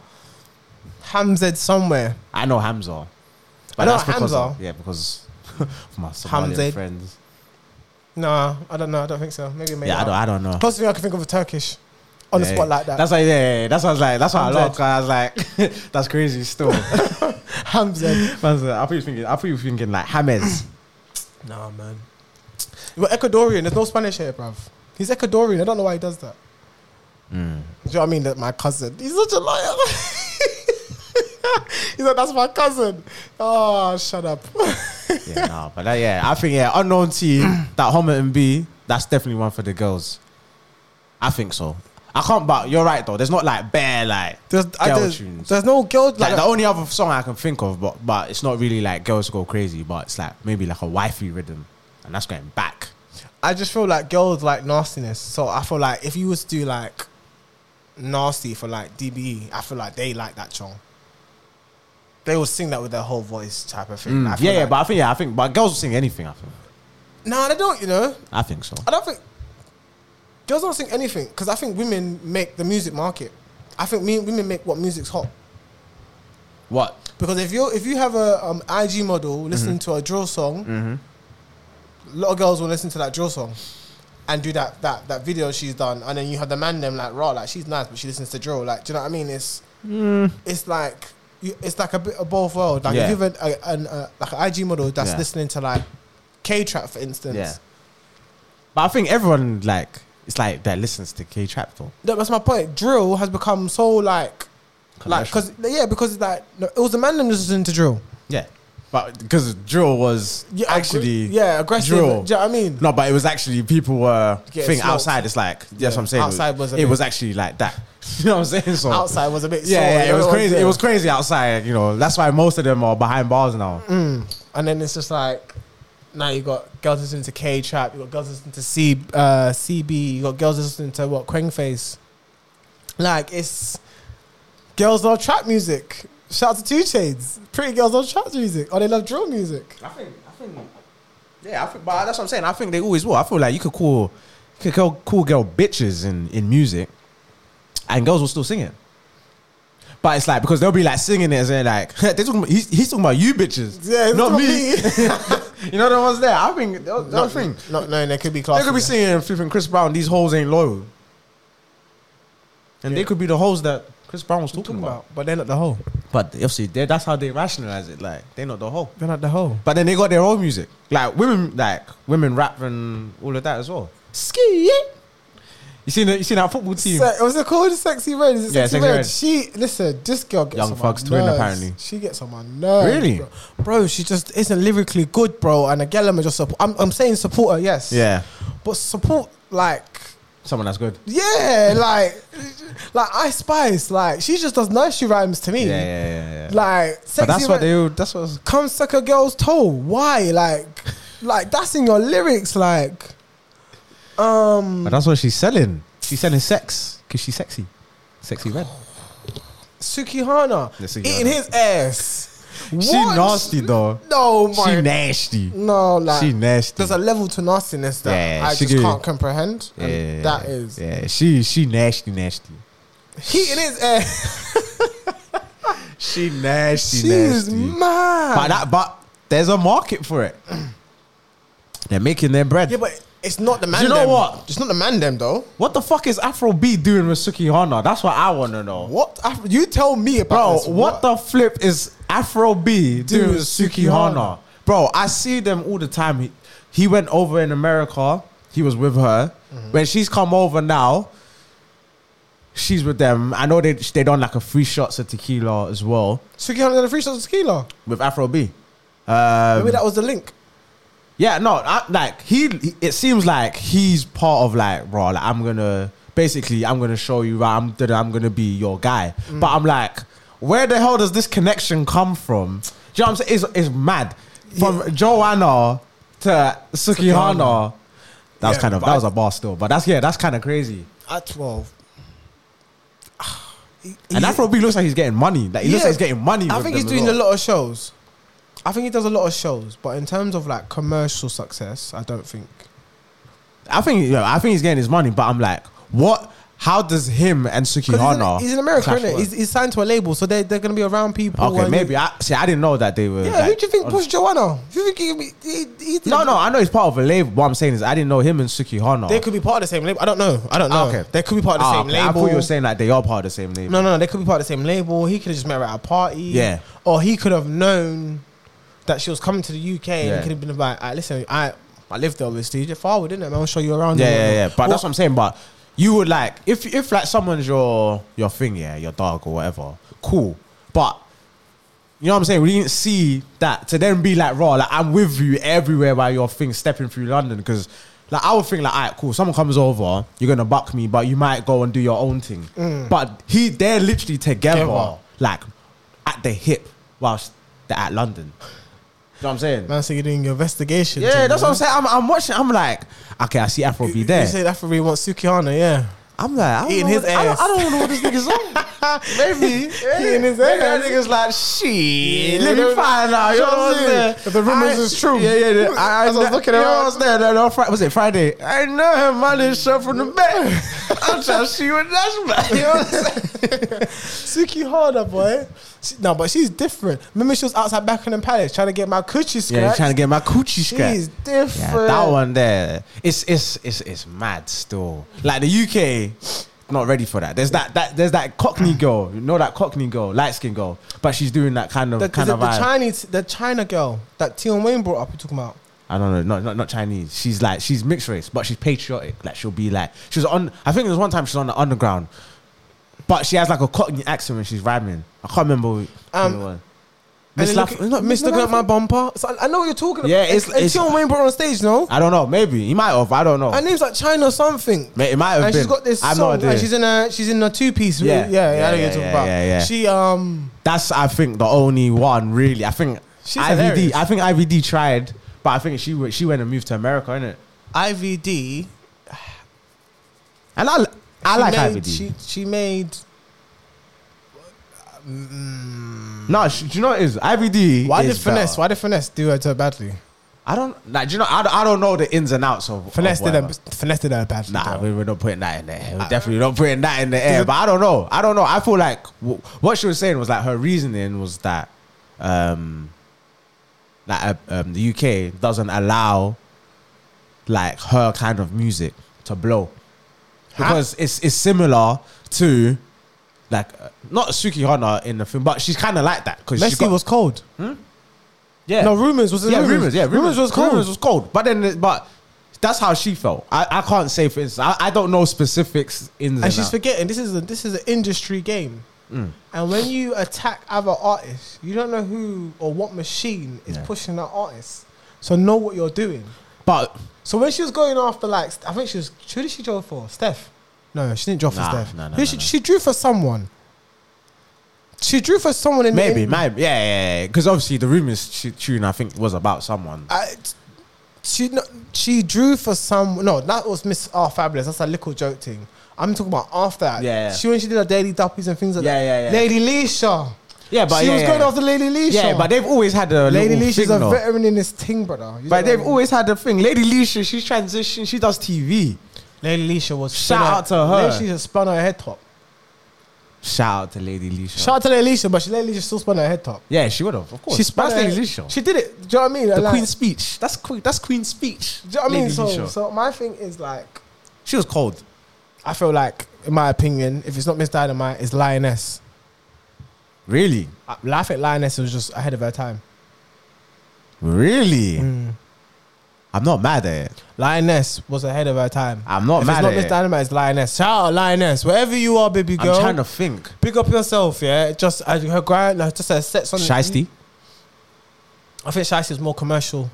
[SPEAKER 1] Hamzed somewhere.
[SPEAKER 2] I know Hamza.
[SPEAKER 1] I know
[SPEAKER 2] because of-
[SPEAKER 1] Hamza.
[SPEAKER 2] yeah, because of my Somalian
[SPEAKER 1] Hamzed.
[SPEAKER 2] friends.
[SPEAKER 1] Nah, I don't know. I don't think so. Maybe, maybe.
[SPEAKER 2] Yeah, I don't, I don't know.
[SPEAKER 1] Plus, thing I can think of a Turkish on the
[SPEAKER 2] Yeah.
[SPEAKER 1] spot like that.
[SPEAKER 2] That's why, yeah, yeah, yeah. that's what I was like. That's what I
[SPEAKER 1] Hamzed.
[SPEAKER 2] love. 'cause I was like, that's crazy. Still, I
[SPEAKER 1] Hamzed.
[SPEAKER 2] was like, I thought you were thinking. I thought you were thinking like Hames.
[SPEAKER 1] Nah, man. You're Ecuadorian. There's no Spanish here, bruv. He's Ecuadorian. I don't know why he does that.
[SPEAKER 2] Hmm.
[SPEAKER 1] Do you know what I mean? That my cousin. He's such a liar. He's like, that's my cousin. Oh, shut up.
[SPEAKER 2] yeah, nah, but that, yeah, I think yeah, unknown team that Homer and B. That's definitely one for the girls. I think so. I can't, but you're right though. There's not like bare like
[SPEAKER 1] There's, I-
[SPEAKER 2] Girl
[SPEAKER 1] there's,
[SPEAKER 2] tunes.
[SPEAKER 1] there's no girl.
[SPEAKER 2] like
[SPEAKER 1] Like,
[SPEAKER 2] the only other song I can think of, but but it's not really like girls go crazy, but it's like maybe like a wifey rhythm, and that's going back.
[SPEAKER 1] I just feel like girls like nastiness. So I feel like if you was to do like nasty for like DBE, I feel like they like that song. They will sing that with their whole voice type of thing. I
[SPEAKER 2] Mm,
[SPEAKER 1] feel
[SPEAKER 2] yeah, yeah,
[SPEAKER 1] like-
[SPEAKER 2] but I think yeah, I think but girls will sing anything. I think
[SPEAKER 1] nah, they don't. You know,
[SPEAKER 2] I think so.
[SPEAKER 1] I don't think girls don't sing anything because I think women make the music market. I think me, women make what music's hot.
[SPEAKER 2] What?
[SPEAKER 1] Because if you if you have a um, IG model
[SPEAKER 2] Mhm.
[SPEAKER 1] listening to a drill song,
[SPEAKER 2] Mm-hmm.
[SPEAKER 1] a lot of girls will listen to that drill song and do that that that video she's done, and then you have the man them like raw, like she's nice, but she listens to drill. Like, do you know what I mean? It's it's like. you- It's like a bit of both worlds. Like
[SPEAKER 2] Mm. Yeah.
[SPEAKER 1] if you have a, a, an, uh like an IG model that's
[SPEAKER 2] Yeah.
[SPEAKER 1] listening to like K trap, for instance,
[SPEAKER 2] Yeah, but I think everyone like it's like that listens to K trap though.
[SPEAKER 1] No, that's my point. Drill has become so like, like because yeah, because it's like no, it was a man that was listening to drill.
[SPEAKER 2] yeah, but because drill was
[SPEAKER 1] Yeah, aggr-
[SPEAKER 2] actually
[SPEAKER 1] yeah, aggressive.
[SPEAKER 2] drill.
[SPEAKER 1] Do you know what I mean?
[SPEAKER 2] No, but it was actually people were
[SPEAKER 1] Getting
[SPEAKER 2] thing
[SPEAKER 1] smoked.
[SPEAKER 2] outside. It's like yes,
[SPEAKER 1] Yeah,
[SPEAKER 2] I'm saying
[SPEAKER 1] outside was a
[SPEAKER 2] it
[SPEAKER 1] bit-
[SPEAKER 2] was actually like that. you know what I'm saying? So
[SPEAKER 1] Outside was a bit
[SPEAKER 2] Yeah,
[SPEAKER 1] sore,
[SPEAKER 2] yeah,
[SPEAKER 1] you
[SPEAKER 2] it
[SPEAKER 1] know
[SPEAKER 2] was
[SPEAKER 1] what I'm
[SPEAKER 2] crazy. It
[SPEAKER 1] saying?
[SPEAKER 2] was crazy outside. You know, that's why most of them are behind bars now.
[SPEAKER 1] Mm. and then it's just like now you got girls listening to K trap, you got girls listening to C uh, CB, you got girls listening to what Quang Face. Like it's girls love trap music. Shout out to Two Chains. Pretty girls love trap music, or they love drill music.
[SPEAKER 2] I think, I think, yeah, I think, but that's what I'm saying. I think they always will. I feel like you could call, you could call cool girl bitches in in music, and girls will still sing it. But it's like because they'll be like singing it and saying like they talking about, he's, he's talking about you bitches,
[SPEAKER 1] Yeah, he's
[SPEAKER 2] not
[SPEAKER 1] talking
[SPEAKER 2] me. you know the ones there. I think the
[SPEAKER 1] Not-
[SPEAKER 2] thing
[SPEAKER 1] Not knowing they could be
[SPEAKER 2] they
[SPEAKER 1] classy.
[SPEAKER 2] could be singing flipping Chris Brown. These hoes ain't loyal, and they could be the hoes that Chris Brown was talking,
[SPEAKER 1] talking
[SPEAKER 2] about.
[SPEAKER 1] about, but they're not the whole.
[SPEAKER 2] But obviously, they- that's how they rationalize it. Like they're not the whole.
[SPEAKER 1] They're not the whole.
[SPEAKER 2] But then they got their own music, like women, like women rap and all of that as well. Ski it. You seen the, you seen our football team?
[SPEAKER 1] Se- was it called Sexy Red? Is it
[SPEAKER 2] Yeah,
[SPEAKER 1] Sexy,
[SPEAKER 2] Sexy
[SPEAKER 1] Red?
[SPEAKER 2] Red.
[SPEAKER 1] She listen, this girl gets
[SPEAKER 2] Young
[SPEAKER 1] on my
[SPEAKER 2] Thug's twin,
[SPEAKER 1] nerves.
[SPEAKER 2] apparently.
[SPEAKER 1] She gets on my nerves.
[SPEAKER 2] Really?
[SPEAKER 1] bro. Bro, she just isn't lyrically good, bro. And again, I'm just support. I'm, I'm saying support her, yes.
[SPEAKER 2] Yeah,
[SPEAKER 1] but support like.
[SPEAKER 2] someone that's good.
[SPEAKER 1] Yeah, like, like I Spice, like she just does nursery rhymes to
[SPEAKER 2] Yeah,
[SPEAKER 1] me.
[SPEAKER 2] yeah, yeah. yeah.
[SPEAKER 1] Like, sexy
[SPEAKER 2] but that's
[SPEAKER 1] red,
[SPEAKER 2] what they. would- That's what.
[SPEAKER 1] come suck a girl's toe. Why? Like, like that's in your lyrics. Like, um,
[SPEAKER 2] But that's what she's selling. She's selling sex because she's sexy, sexy red.
[SPEAKER 1] Sukihana
[SPEAKER 2] Yeah, Sukihana.
[SPEAKER 1] eating his ass.
[SPEAKER 2] She nasty though.
[SPEAKER 1] No, my
[SPEAKER 2] She nasty.
[SPEAKER 1] no, like
[SPEAKER 2] she nasty.
[SPEAKER 1] there's a level to nastiness that
[SPEAKER 2] Yeah,
[SPEAKER 1] I
[SPEAKER 2] she
[SPEAKER 1] just
[SPEAKER 2] good.
[SPEAKER 1] can't comprehend.
[SPEAKER 2] yeah,
[SPEAKER 1] And that is
[SPEAKER 2] Yeah, she she nasty nasty.
[SPEAKER 1] heating his ass.
[SPEAKER 2] She nasty
[SPEAKER 1] She is mad.
[SPEAKER 2] But that, but there's a market for it. They're making their bread.
[SPEAKER 1] yeah, but it's not the man.
[SPEAKER 2] you know
[SPEAKER 1] them.
[SPEAKER 2] what?
[SPEAKER 1] It's not the man them though.
[SPEAKER 2] What the fuck is Afro B doing with Sukihana? That's what I want to know.
[SPEAKER 1] What Af- you tell me about
[SPEAKER 2] Bro,
[SPEAKER 1] this.
[SPEAKER 2] what, the flip is Afro B doing with
[SPEAKER 1] with
[SPEAKER 2] Sukihana?
[SPEAKER 1] Sukihana?
[SPEAKER 2] Bro, I see them all the time. He, he went over in America. He was with her. When she's come over now, she's with them. I know they they done like a free shots of tequila as well
[SPEAKER 1] Sukihana got a free shot of tequila.
[SPEAKER 2] with Afro B. Um,
[SPEAKER 1] Maybe that was the link.
[SPEAKER 2] Yeah, no, I, like he, it seems like he's part of like, bro, like I'm gonna basically, I'm gonna show you, right, I'm, that I'm gonna be your guy.
[SPEAKER 1] Mm.
[SPEAKER 2] But I'm like, where the hell does this connection come from? Do you know what I'm saying? It's, it's mad. From Joanna to Sukihana. That was
[SPEAKER 1] Yeah,
[SPEAKER 2] kind of
[SPEAKER 1] but
[SPEAKER 2] that
[SPEAKER 1] I-
[SPEAKER 2] was a bar still, but that's yeah, that's kind of crazy.
[SPEAKER 1] At twelve.
[SPEAKER 2] And Afro B looks like he's getting money. Like he looks
[SPEAKER 1] Yeah.
[SPEAKER 2] like he's getting money.
[SPEAKER 1] I
[SPEAKER 2] with
[SPEAKER 1] think
[SPEAKER 2] them
[SPEAKER 1] he's
[SPEAKER 2] as
[SPEAKER 1] doing
[SPEAKER 2] well.
[SPEAKER 1] a lot of shows. I think he does a lot of shows, but in terms of like commercial success, I don't think.
[SPEAKER 2] I think yeah, I think he's getting his money, but I'm like, What? How does him and Sukihana?
[SPEAKER 1] Because he's, in, he's in America,
[SPEAKER 2] clash
[SPEAKER 1] isn't
[SPEAKER 2] work?
[SPEAKER 1] He's, he's signed to a label, so they they're gonna be around people.
[SPEAKER 2] Okay,
[SPEAKER 1] and-
[SPEAKER 2] maybe. I, see, I didn't know that they were.
[SPEAKER 1] Yeah,
[SPEAKER 2] like-
[SPEAKER 1] who do you think pushed Joanna? Do you think he, he, he
[SPEAKER 2] No, no, I know he's part of a label. What I'm saying is, I didn't know him and Sukihana.
[SPEAKER 1] They could be part of the same label. I don't know. I don't know.
[SPEAKER 2] Okay.
[SPEAKER 1] They could be part of the
[SPEAKER 2] Ah,
[SPEAKER 1] same
[SPEAKER 2] okay. I
[SPEAKER 1] label.
[SPEAKER 2] thought you were saying that they are part of the same label.
[SPEAKER 1] No, no, no. They could be part of the same label. He could have just met her at a party.
[SPEAKER 2] Yeah.
[SPEAKER 1] Or he could have known that she was coming to the UK and
[SPEAKER 2] Yeah.
[SPEAKER 1] he could have been like, "Alright, listen, I I lived there obviously. You're forward, didn't it? Man, I'll show you around.
[SPEAKER 2] Yeah,
[SPEAKER 1] and
[SPEAKER 2] yeah,
[SPEAKER 1] whatnot."
[SPEAKER 2] yeah. But
[SPEAKER 1] Well,
[SPEAKER 2] that's what I'm saying. But you would like if if like someone's your your thing, yeah, your dog or whatever, cool. But you know what I'm saying? We didn't see that to then be like, raw, like I'm with you everywhere by your thing, stepping through London because. Like I would think, like, alright, cool. Someone comes over, you're gonna buck me, but you might go and do your own thing. But he, they're literally together,
[SPEAKER 1] Mm. Together.
[SPEAKER 2] like at the hip, whilst they're at London. You know what I'm saying?
[SPEAKER 1] Man, so you're doing your investigation.
[SPEAKER 2] Yeah,
[SPEAKER 1] thing,
[SPEAKER 2] that's
[SPEAKER 1] man.
[SPEAKER 2] what I'm saying. I'm, I'm watching. I'm like, okay, I see Afro be there.
[SPEAKER 1] You say that for real. Wants Sukihana, yeah.
[SPEAKER 2] I'm like, I don't
[SPEAKER 1] Eating
[SPEAKER 2] know
[SPEAKER 1] his
[SPEAKER 2] what, I
[SPEAKER 1] ass.
[SPEAKER 2] don't, I don't know what this nigga's on. Maybe. yeah.
[SPEAKER 1] Eating his
[SPEAKER 2] Maybe that
[SPEAKER 1] ass.
[SPEAKER 2] nigga's like, shit,
[SPEAKER 1] Yeah,
[SPEAKER 2] let me
[SPEAKER 1] yeah,
[SPEAKER 2] find out. You know what I'm saying?
[SPEAKER 1] If the rumors
[SPEAKER 2] I-
[SPEAKER 1] is true.
[SPEAKER 2] Yeah, yeah, yeah.
[SPEAKER 1] As I was looking
[SPEAKER 2] you know
[SPEAKER 1] around.
[SPEAKER 2] what I'm saying? No, no, Fri- was it Friday? I know him, my little shot from the back. I'm trying to see what that's about. You know what I'm saying?
[SPEAKER 1] Sukihana, boy. She- no, but she's different. Remember, she was outside Buckingham Palace trying to get my coochie scratched.
[SPEAKER 2] Yeah, trying to get my coochie scratched.
[SPEAKER 1] She's different.
[SPEAKER 2] Yeah, that one there. It's it's it's it's mad still. Like the UK, not ready for that. There's that that there's that Cockney girl. You know that Cockney girl, light skin girl, but she's doing that kind of
[SPEAKER 1] The,
[SPEAKER 2] kind
[SPEAKER 1] the,
[SPEAKER 2] of
[SPEAKER 1] the
[SPEAKER 2] vibe.
[SPEAKER 1] Chinese, the China girl that Tion Wayne brought up. You talking about?
[SPEAKER 2] I don't know, not, not not Chinese. She's like she's mixed race, but she's patriotic. Like she'll be like she was on. I think there was one time she was on the underground, but she has like a Cockney accent when she's rhyming. I can't remember. who-
[SPEAKER 1] Um,
[SPEAKER 2] who it was.
[SPEAKER 1] And
[SPEAKER 2] Miss
[SPEAKER 1] then look
[SPEAKER 2] Laugh-
[SPEAKER 1] at-
[SPEAKER 2] it's not
[SPEAKER 1] Miss
[SPEAKER 2] Miss
[SPEAKER 1] looking at my
[SPEAKER 2] Laugh-
[SPEAKER 1] bumper. So I, I know what you're talking about.
[SPEAKER 2] Yeah, it's-
[SPEAKER 1] And- and
[SPEAKER 2] it's-
[SPEAKER 1] Tion Wayne brought her on stage, no?
[SPEAKER 2] I don't know. Maybe he might have. I don't know.
[SPEAKER 1] Her name's like China something.
[SPEAKER 2] Mate, it might have
[SPEAKER 1] and
[SPEAKER 2] been.
[SPEAKER 1] she's got this
[SPEAKER 2] I have no
[SPEAKER 1] song.
[SPEAKER 2] idea.
[SPEAKER 1] and she's in a she's in a two piece. Yeah, yeah, yeah, I
[SPEAKER 2] Yeah.
[SPEAKER 1] know
[SPEAKER 2] Yeah,
[SPEAKER 1] what you're
[SPEAKER 2] yeah,
[SPEAKER 1] talking
[SPEAKER 2] yeah,
[SPEAKER 1] about.
[SPEAKER 2] yeah, yeah.
[SPEAKER 1] She um
[SPEAKER 2] That's I think the only one really. I think
[SPEAKER 1] She's
[SPEAKER 2] IVD.
[SPEAKER 1] hilarious.
[SPEAKER 2] I think IVD tried, but I think she w- she went and moved to America, innit?
[SPEAKER 1] IVD.
[SPEAKER 2] And I I
[SPEAKER 1] she
[SPEAKER 2] like
[SPEAKER 1] made,
[SPEAKER 2] IVD.
[SPEAKER 1] She she made
[SPEAKER 2] no, sh- do you know what it is IVD?
[SPEAKER 1] why
[SPEAKER 2] is
[SPEAKER 1] did finesse?
[SPEAKER 2] better.
[SPEAKER 1] Why did finesse do her so badly?
[SPEAKER 2] I don't like. Do you know? I don't, I don't know the ins and outs of
[SPEAKER 1] Finesse
[SPEAKER 2] of
[SPEAKER 1] did her
[SPEAKER 2] Oh, whatever.
[SPEAKER 1] finesse did her badly.
[SPEAKER 2] Nah,
[SPEAKER 1] though.
[SPEAKER 2] we, we're not putting that in the air.
[SPEAKER 1] Uh,
[SPEAKER 2] We're definitely not putting that in the air. But I don't know. I don't know. I feel like w- what she was saying was like her reasoning was that, um, like uh, um, the UK doesn't allow, like her kind of music to blow,
[SPEAKER 1] Huh?
[SPEAKER 2] because it's it's similar to, like uh, not Sukihana in the film, but she's kind of like that because she
[SPEAKER 1] Messi
[SPEAKER 2] got,
[SPEAKER 1] was cold.
[SPEAKER 2] yeah
[SPEAKER 1] No, rumors was it
[SPEAKER 2] yeah,
[SPEAKER 1] rumors?
[SPEAKER 2] rumors. Yeah, rumors,
[SPEAKER 1] rumors was cold.
[SPEAKER 2] Rumors was cold. But then, but that's how she felt. I, I can't say for instance. I, I don't know specifics in.
[SPEAKER 1] and she's forgetting this is a, this is an industry game.
[SPEAKER 2] Mm.
[SPEAKER 1] And when you attack other artists, you don't know who or what machine is
[SPEAKER 2] Yeah.
[SPEAKER 1] pushing that artist. So know what you're doing.
[SPEAKER 2] but
[SPEAKER 1] So when she was going after like, I think she was who did she draw for? Steph? No, she didn't draw for
[SPEAKER 2] Nah,
[SPEAKER 1] Steph.
[SPEAKER 2] no, no,
[SPEAKER 1] Who
[SPEAKER 2] no,
[SPEAKER 1] she,
[SPEAKER 2] no.
[SPEAKER 1] she drew for someone. She drew for someone in the
[SPEAKER 2] maybe,
[SPEAKER 1] in-
[SPEAKER 2] maybe, yeah, yeah, yeah. Because obviously the rumors tu- tune I think was about someone.
[SPEAKER 1] I, she no, she drew for some. No, that was Miss R Fabulous. That's a little joke thing. I'm talking about after that.
[SPEAKER 2] Yeah, yeah.
[SPEAKER 1] She when she did her daily duppies and things like
[SPEAKER 2] Yeah,
[SPEAKER 1] that.
[SPEAKER 2] yeah, yeah.
[SPEAKER 1] Lady Leisha.
[SPEAKER 2] Yeah, but
[SPEAKER 1] she
[SPEAKER 2] yeah,
[SPEAKER 1] was
[SPEAKER 2] yeah,
[SPEAKER 1] going
[SPEAKER 2] yeah.
[SPEAKER 1] after Lady Leisha.
[SPEAKER 2] Yeah, but they've always had a
[SPEAKER 1] Lady
[SPEAKER 2] little
[SPEAKER 1] Leisha's
[SPEAKER 2] thing,
[SPEAKER 1] a um,
[SPEAKER 2] though.
[SPEAKER 1] veteran in this thing, brother. You
[SPEAKER 2] But
[SPEAKER 1] know
[SPEAKER 2] they've
[SPEAKER 1] what I mean?
[SPEAKER 2] always had a thing. Lady Leisha, she's transitioned. She does TV.
[SPEAKER 1] Lady Leisha was
[SPEAKER 2] Shout
[SPEAKER 1] spun
[SPEAKER 2] out to her.
[SPEAKER 1] Lady Leisha spun her head top.
[SPEAKER 2] Shout out to Lady Leisha.
[SPEAKER 1] Shout out to Lady Leisha, but she Lady Leisha still spun her head top.
[SPEAKER 2] yeah, she would have. Of course,
[SPEAKER 1] She spun
[SPEAKER 2] That's
[SPEAKER 1] her-
[SPEAKER 2] Lady Leisha.
[SPEAKER 1] She did it. Do you know what I mean?
[SPEAKER 2] the
[SPEAKER 1] Like,
[SPEAKER 2] Queen's speech. That's Queen. That's Queen's speech.
[SPEAKER 1] Do you know what I mean?
[SPEAKER 2] Lady
[SPEAKER 1] So,
[SPEAKER 2] Leisha.
[SPEAKER 1] so my thing is like,
[SPEAKER 2] she was cold.
[SPEAKER 1] I feel like, in my opinion, if it's not Miss Dynamite, it's Lioness.
[SPEAKER 2] Really,
[SPEAKER 1] I I think Lioness was just ahead of her time.
[SPEAKER 2] really. I'm not mad at it.
[SPEAKER 1] Lioness was ahead of her time.
[SPEAKER 2] I'm not
[SPEAKER 1] if
[SPEAKER 2] mad
[SPEAKER 1] it's not
[SPEAKER 2] at
[SPEAKER 1] Miss
[SPEAKER 2] it.
[SPEAKER 1] Dynamite, it's Lioness. Shout out Lioness, wherever you are, baby girl.
[SPEAKER 2] I'm trying to think.
[SPEAKER 1] Big up yourself, yeah. Just uh, her grind, like, just her sets on.
[SPEAKER 2] Shiesty.
[SPEAKER 1] I think Shiesty was more commercial.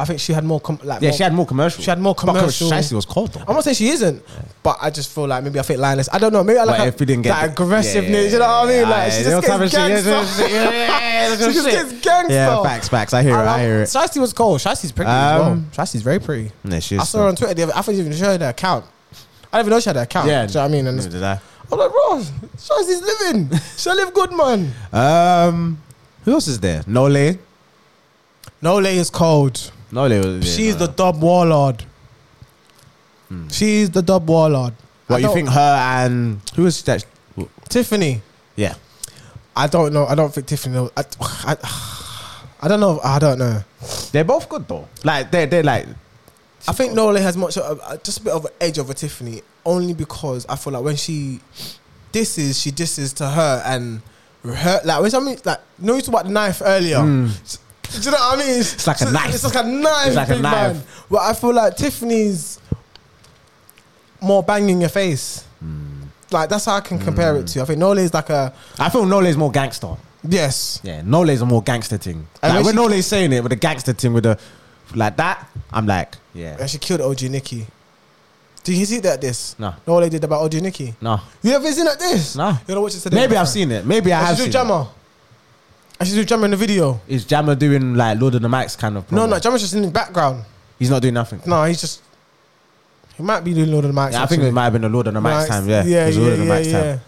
[SPEAKER 1] I think she had more, com- like,
[SPEAKER 2] Yeah,
[SPEAKER 1] more-
[SPEAKER 2] she had more commercial.
[SPEAKER 1] She had more commercial.
[SPEAKER 2] Shiesty was cold
[SPEAKER 1] I'm
[SPEAKER 2] though.
[SPEAKER 1] not saying she isn't, but I just feel like maybe I think Lioness. I don't know. Maybe I like
[SPEAKER 2] But
[SPEAKER 1] her-
[SPEAKER 2] if we didn't get
[SPEAKER 1] that
[SPEAKER 2] the-
[SPEAKER 1] aggressiveness.
[SPEAKER 2] yeah,
[SPEAKER 1] you know what I mean?
[SPEAKER 2] yeah,
[SPEAKER 1] Like she
[SPEAKER 2] yeah, yeah,
[SPEAKER 1] just
[SPEAKER 2] yeah,
[SPEAKER 1] gets
[SPEAKER 2] yeah, yeah,
[SPEAKER 1] gangster.
[SPEAKER 2] yeah, yeah, yeah,
[SPEAKER 1] She just
[SPEAKER 2] shit.
[SPEAKER 1] gets gangster.
[SPEAKER 2] Yeah, facts, facts. I hear it. I hear it.
[SPEAKER 1] Shiesty was cold. Shiesty's pretty
[SPEAKER 2] Um,
[SPEAKER 1] as well. Shiesty's very pretty.
[SPEAKER 2] Yeah, she is
[SPEAKER 1] I saw her on Twitter the other. I thought she even showed her account. I didn't even know she had an account.
[SPEAKER 2] Yeah.
[SPEAKER 1] do you know what I mean? And
[SPEAKER 2] Neither
[SPEAKER 1] it's-
[SPEAKER 2] did I.
[SPEAKER 1] I'm like, Ross, Shiesty's living. She live good, man.
[SPEAKER 2] Um, who else is there? Nole.
[SPEAKER 1] Nole is cold.
[SPEAKER 2] Nole was.
[SPEAKER 1] She's the dub warlord. She's the dub warlord.
[SPEAKER 2] Hmm. What
[SPEAKER 1] I
[SPEAKER 2] you
[SPEAKER 1] don't-
[SPEAKER 2] think her and who was that?
[SPEAKER 1] Tiffany.
[SPEAKER 2] Yeah,
[SPEAKER 1] I don't know. I don't think Tiffany. knows- I, I, I don't know. I don't know.
[SPEAKER 2] they're both good though. Like they they're like
[SPEAKER 1] I think Nola has much of a, just a bit of an edge over Tiffany, only because I feel like when she disses, she disses to her and her like when I mean like no you talked about the knife earlier. Do you know what I mean? It's,
[SPEAKER 2] Hmm. like a knife.
[SPEAKER 1] It's like a knife.
[SPEAKER 2] It's like a
[SPEAKER 1] big
[SPEAKER 2] knife.
[SPEAKER 1] Man. But I feel like Tiffany's more banging your face.
[SPEAKER 2] Hmm.
[SPEAKER 1] Like that's how I can compare it to. I think Nola is like a
[SPEAKER 2] I feel Nole's more gangster.
[SPEAKER 1] yes.
[SPEAKER 2] Yeah, Nole's a more gangster thing.
[SPEAKER 1] And
[SPEAKER 2] Like
[SPEAKER 1] when
[SPEAKER 2] when
[SPEAKER 1] she-
[SPEAKER 2] Nole's saying it with a gangster thing with a like that, I'm like yeah
[SPEAKER 1] And she killed OG Nikki. Did you see that this?
[SPEAKER 2] No.
[SPEAKER 1] Nola did about OG Nikki.
[SPEAKER 2] no.
[SPEAKER 1] You ever seen that this?
[SPEAKER 2] No.
[SPEAKER 1] You know what she said?
[SPEAKER 2] Maybe I've seen it. Maybe I
[SPEAKER 1] I
[SPEAKER 2] have
[SPEAKER 1] should
[SPEAKER 2] seen.
[SPEAKER 1] do
[SPEAKER 2] it.
[SPEAKER 1] Jammer. I should do Jammer in the video.
[SPEAKER 2] Is Jammer doing like Lord of the Max kind of?
[SPEAKER 1] No,
[SPEAKER 2] promo?
[SPEAKER 1] no, Jammer's just in the background.
[SPEAKER 2] he's not doing nothing.
[SPEAKER 1] No, he's just. He might be doing Lord of the Mics.
[SPEAKER 2] Yeah, I think
[SPEAKER 1] actually.
[SPEAKER 2] it might have been the Lord of the Max, time. Yeah,
[SPEAKER 1] yeah,
[SPEAKER 2] It was
[SPEAKER 1] yeah,
[SPEAKER 2] Lord of the
[SPEAKER 1] yeah,
[SPEAKER 2] Max
[SPEAKER 1] yeah.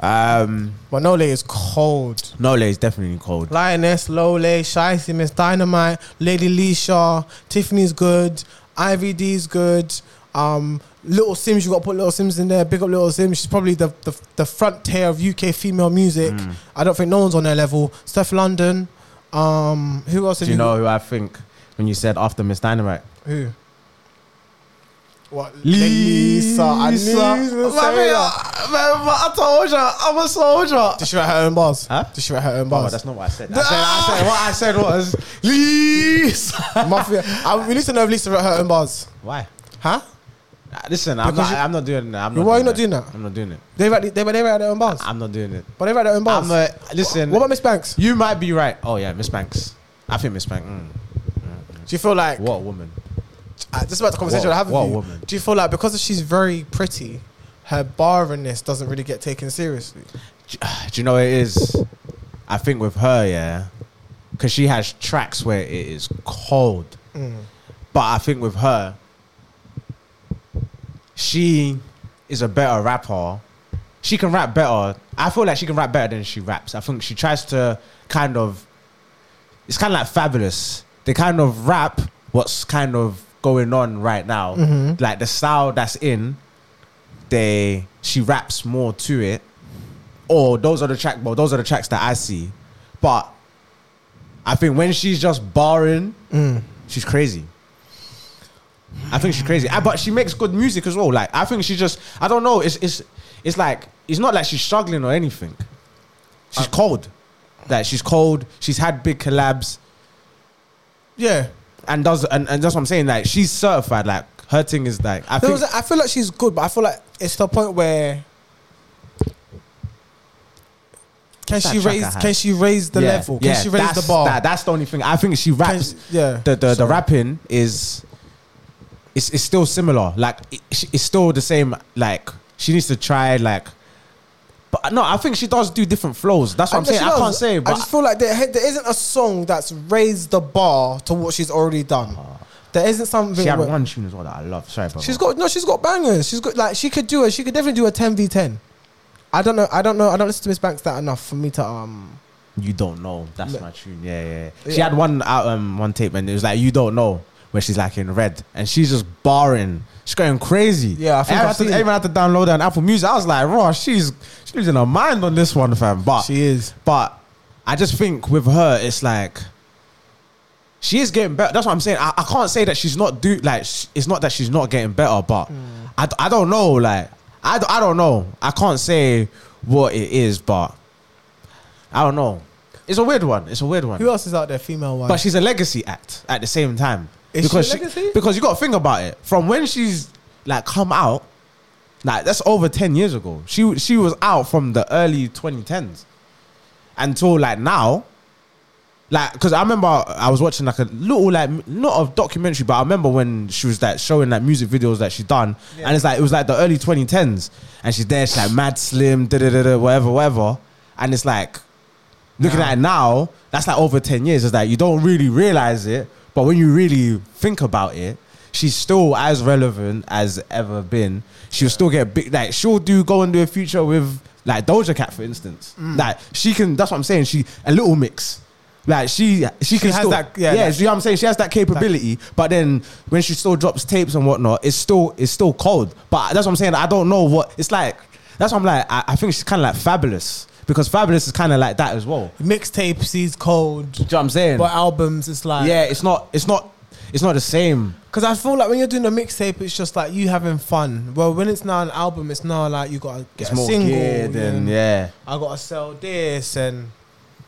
[SPEAKER 2] time. Um,
[SPEAKER 1] But Nole is cold.
[SPEAKER 2] Nole is definitely cold.
[SPEAKER 1] Lioness, Lole, Shicey, Miss Dynamite, Lady Leisha, Tiffany's good, Ivy D's good. Um, Little Sims, you got to put Little Sims in there. Big up Little Sims. She's probably the the, the frontier of UK female music.
[SPEAKER 2] Hmm.
[SPEAKER 1] I don't think no one's on their level. Steph London. Um, who else? have
[SPEAKER 2] Do you
[SPEAKER 1] got?
[SPEAKER 2] know who I think when you said after Miss Dynamite?
[SPEAKER 1] Who? What?
[SPEAKER 2] Lisa,
[SPEAKER 1] I knew you
[SPEAKER 2] Lisa.
[SPEAKER 1] was gonna say that.
[SPEAKER 2] I told you, I'm a soldier.
[SPEAKER 1] Did she write her own bars?
[SPEAKER 2] Huh?
[SPEAKER 1] Did she write her own
[SPEAKER 2] Oh,
[SPEAKER 1] bars?
[SPEAKER 2] that's not what I said. I said, I said what I said was Lisa.
[SPEAKER 1] Mafia. I, we need to know if Lisa wrote her own bars.
[SPEAKER 2] Why?
[SPEAKER 1] Huh?
[SPEAKER 2] Uh, Listen, I'm
[SPEAKER 1] Because
[SPEAKER 2] not,
[SPEAKER 1] you-
[SPEAKER 2] I'm not doing that. I'm not
[SPEAKER 1] Why you not
[SPEAKER 2] doing
[SPEAKER 1] doing that?
[SPEAKER 2] I'm not doing it.
[SPEAKER 1] They write, they, but they write their own bars.
[SPEAKER 2] I'm not doing it.
[SPEAKER 1] But they write their own bars.
[SPEAKER 2] I'm a, listen.
[SPEAKER 1] what about Miss Banks?
[SPEAKER 2] You might be right. Oh yeah, Miss Banks. I think Miss Banks. Mm.
[SPEAKER 1] Do you feel like,
[SPEAKER 2] What a woman.
[SPEAKER 1] uh, this is about the conversation
[SPEAKER 2] What-
[SPEAKER 1] I have with
[SPEAKER 2] what
[SPEAKER 1] you.
[SPEAKER 2] woman.
[SPEAKER 1] Do you feel like because she's very pretty, her barrenness doesn't really get taken seriously?
[SPEAKER 2] do you know what it is? I think with her, yeah, because she has tracks where it is cold, but I think with her, she is a better rapper. She can rap better. I feel like she can rap better than she raps. I think she tries to kind of. It's kind of like fabulous. They kind of rap what's kind of going on right now, like the style that's in. They she raps more to it, or Oh, those are the track well, those are the tracks that I see. But I think when she's just barring, she's crazy. I think she's crazy. Ah, But she makes good music as well. Like I think she just I don't know, it's it's it's like it's not like she's struggling or anything. She's
[SPEAKER 1] Um,
[SPEAKER 2] cold. Like she's cold, she's had big collabs
[SPEAKER 1] Yeah.
[SPEAKER 2] and does and, and that's what I'm saying. Like she's certified, like her thing is like I
[SPEAKER 1] There
[SPEAKER 2] think
[SPEAKER 1] was a- I feel like she's good, but I feel like it's the point where can
[SPEAKER 2] That
[SPEAKER 1] she
[SPEAKER 2] track I
[SPEAKER 1] raise
[SPEAKER 2] had.
[SPEAKER 1] can she raise the
[SPEAKER 2] Yeah,
[SPEAKER 1] level? Can
[SPEAKER 2] yeah,
[SPEAKER 1] she raise
[SPEAKER 2] that's-
[SPEAKER 1] the bar?
[SPEAKER 2] that- that's the only thing. I think she
[SPEAKER 1] Can
[SPEAKER 2] raps
[SPEAKER 1] she- yeah.
[SPEAKER 2] the the, the
[SPEAKER 1] Sorry.
[SPEAKER 2] rapping is it's, it's still similar. Like it, she- it's still the same. Like she needs to try like, but no, I think she does do different flows. That's what I'm
[SPEAKER 1] guess
[SPEAKER 2] saying.
[SPEAKER 1] she
[SPEAKER 2] I can't
[SPEAKER 1] does.
[SPEAKER 2] say,
[SPEAKER 1] I
[SPEAKER 2] but
[SPEAKER 1] just feel like there, there isn't a song that's raised the bar to what she's already done. There isn't something.
[SPEAKER 2] Uh-huh. she had
[SPEAKER 1] where-
[SPEAKER 2] one tune as well that I love. Sorry, bro.
[SPEAKER 1] she's got no. She's got bangers. She's got like she could do it. She could definitely do a ten v ten. I don't know. I don't know. I don't listen to Miss Banks that enough for me to um.
[SPEAKER 2] you don't know. That's
[SPEAKER 1] No.
[SPEAKER 2] my tune. Yeah, yeah. yeah. She
[SPEAKER 1] Yeah.
[SPEAKER 2] had one out um one tape and it was like you don't know where she's like in red and she's just barring. She's going crazy.
[SPEAKER 1] Yeah, I think
[SPEAKER 2] Everyone
[SPEAKER 1] I've
[SPEAKER 2] had to,
[SPEAKER 1] seen it.
[SPEAKER 2] everyone had to download her on Apple Music. I was like, raw, she's she's losing her mind on this one, fam. But
[SPEAKER 1] She is.
[SPEAKER 2] But I just think with her, it's like she is getting better. That's what I'm saying. I, I can't say that she's not do like sh- it's not that she's not getting better, but I, d- I don't know. Like I, d- I don't know. I can't say what it is, but I don't know. It's a weird one. It's a weird one.
[SPEAKER 1] Who else is out there female wise?
[SPEAKER 2] But she's a legacy act at the same time.
[SPEAKER 1] Is she
[SPEAKER 2] because
[SPEAKER 1] a legacy?
[SPEAKER 2] because you got to think about it. From when she's like come out, like that's over ten years ago. She she was out from the early 2010s until like now. Like, cause I remember I was watching like a little like m- not a documentary, but I remember when she was like showing like music videos that she done, and it's like it was like the early 2010s, and she's there, she's like mad slim, da da da da, whatever, whatever, and it's like looking
[SPEAKER 1] Nah.
[SPEAKER 2] at it now, that's like over 10 years. It's like you don't really realize it, but when you really think about it, she's still as relevant as ever been. She'll still get big, like, she'll do go and do a
[SPEAKER 1] Mm.
[SPEAKER 2] future with, like, Doja Cat, for instance. Like, she can, that's what I'm saying. She, a little mix. Like she, she, can
[SPEAKER 1] has
[SPEAKER 2] still,
[SPEAKER 1] that- yeah,
[SPEAKER 2] yeah.
[SPEAKER 1] that-
[SPEAKER 2] you know what I'm saying? She has that capability, but then when she still drops tapes and whatnot, it's still, it's still cold. But that's what I'm saying. I don't know what it's like. That's what I'm like. I, I think she's kind of like fabulous because fabulous is kind of like that as well.
[SPEAKER 1] Mixtapes, he's cold.
[SPEAKER 2] Do you know what I'm saying?
[SPEAKER 1] But uh, albums, it's like
[SPEAKER 2] yeah, it's not, it's not, it's not the same.
[SPEAKER 1] Because I feel like when you're doing a mixtape, it's just like you having fun. Well, when it's now an album, it's now like you gotta get
[SPEAKER 2] It's
[SPEAKER 1] a
[SPEAKER 2] more
[SPEAKER 1] single.
[SPEAKER 2] geared and yeah.
[SPEAKER 1] I gotta sell this and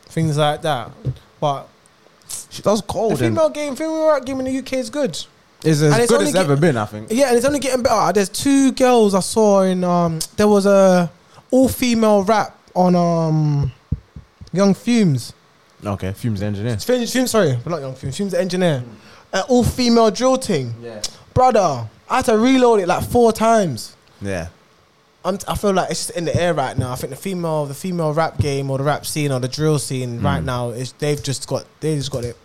[SPEAKER 1] things like that. But
[SPEAKER 2] She does
[SPEAKER 1] the
[SPEAKER 2] cold. and
[SPEAKER 1] female game, female rap game in the UK is good.
[SPEAKER 2] It's as
[SPEAKER 1] and it's
[SPEAKER 2] good
[SPEAKER 1] only
[SPEAKER 2] as it's
[SPEAKER 1] get-
[SPEAKER 2] ever been, I think.
[SPEAKER 1] Yeah, and it's only getting better. There's two girls I saw in um. There was a all female rap on um, Young Fumes.
[SPEAKER 2] Okay, Fumes engineer.
[SPEAKER 1] Fumes, Fumes sorry, not Young Fumes. Fumes the engineer. An all female drill thing,
[SPEAKER 2] Yeah.
[SPEAKER 1] brother. I had to reload it like four times.
[SPEAKER 2] Yeah.
[SPEAKER 1] I'm t- I feel like it's just in the air right now. I think the female, the female rap game or the rap scene or the drill scene right now is they've just got they just got it.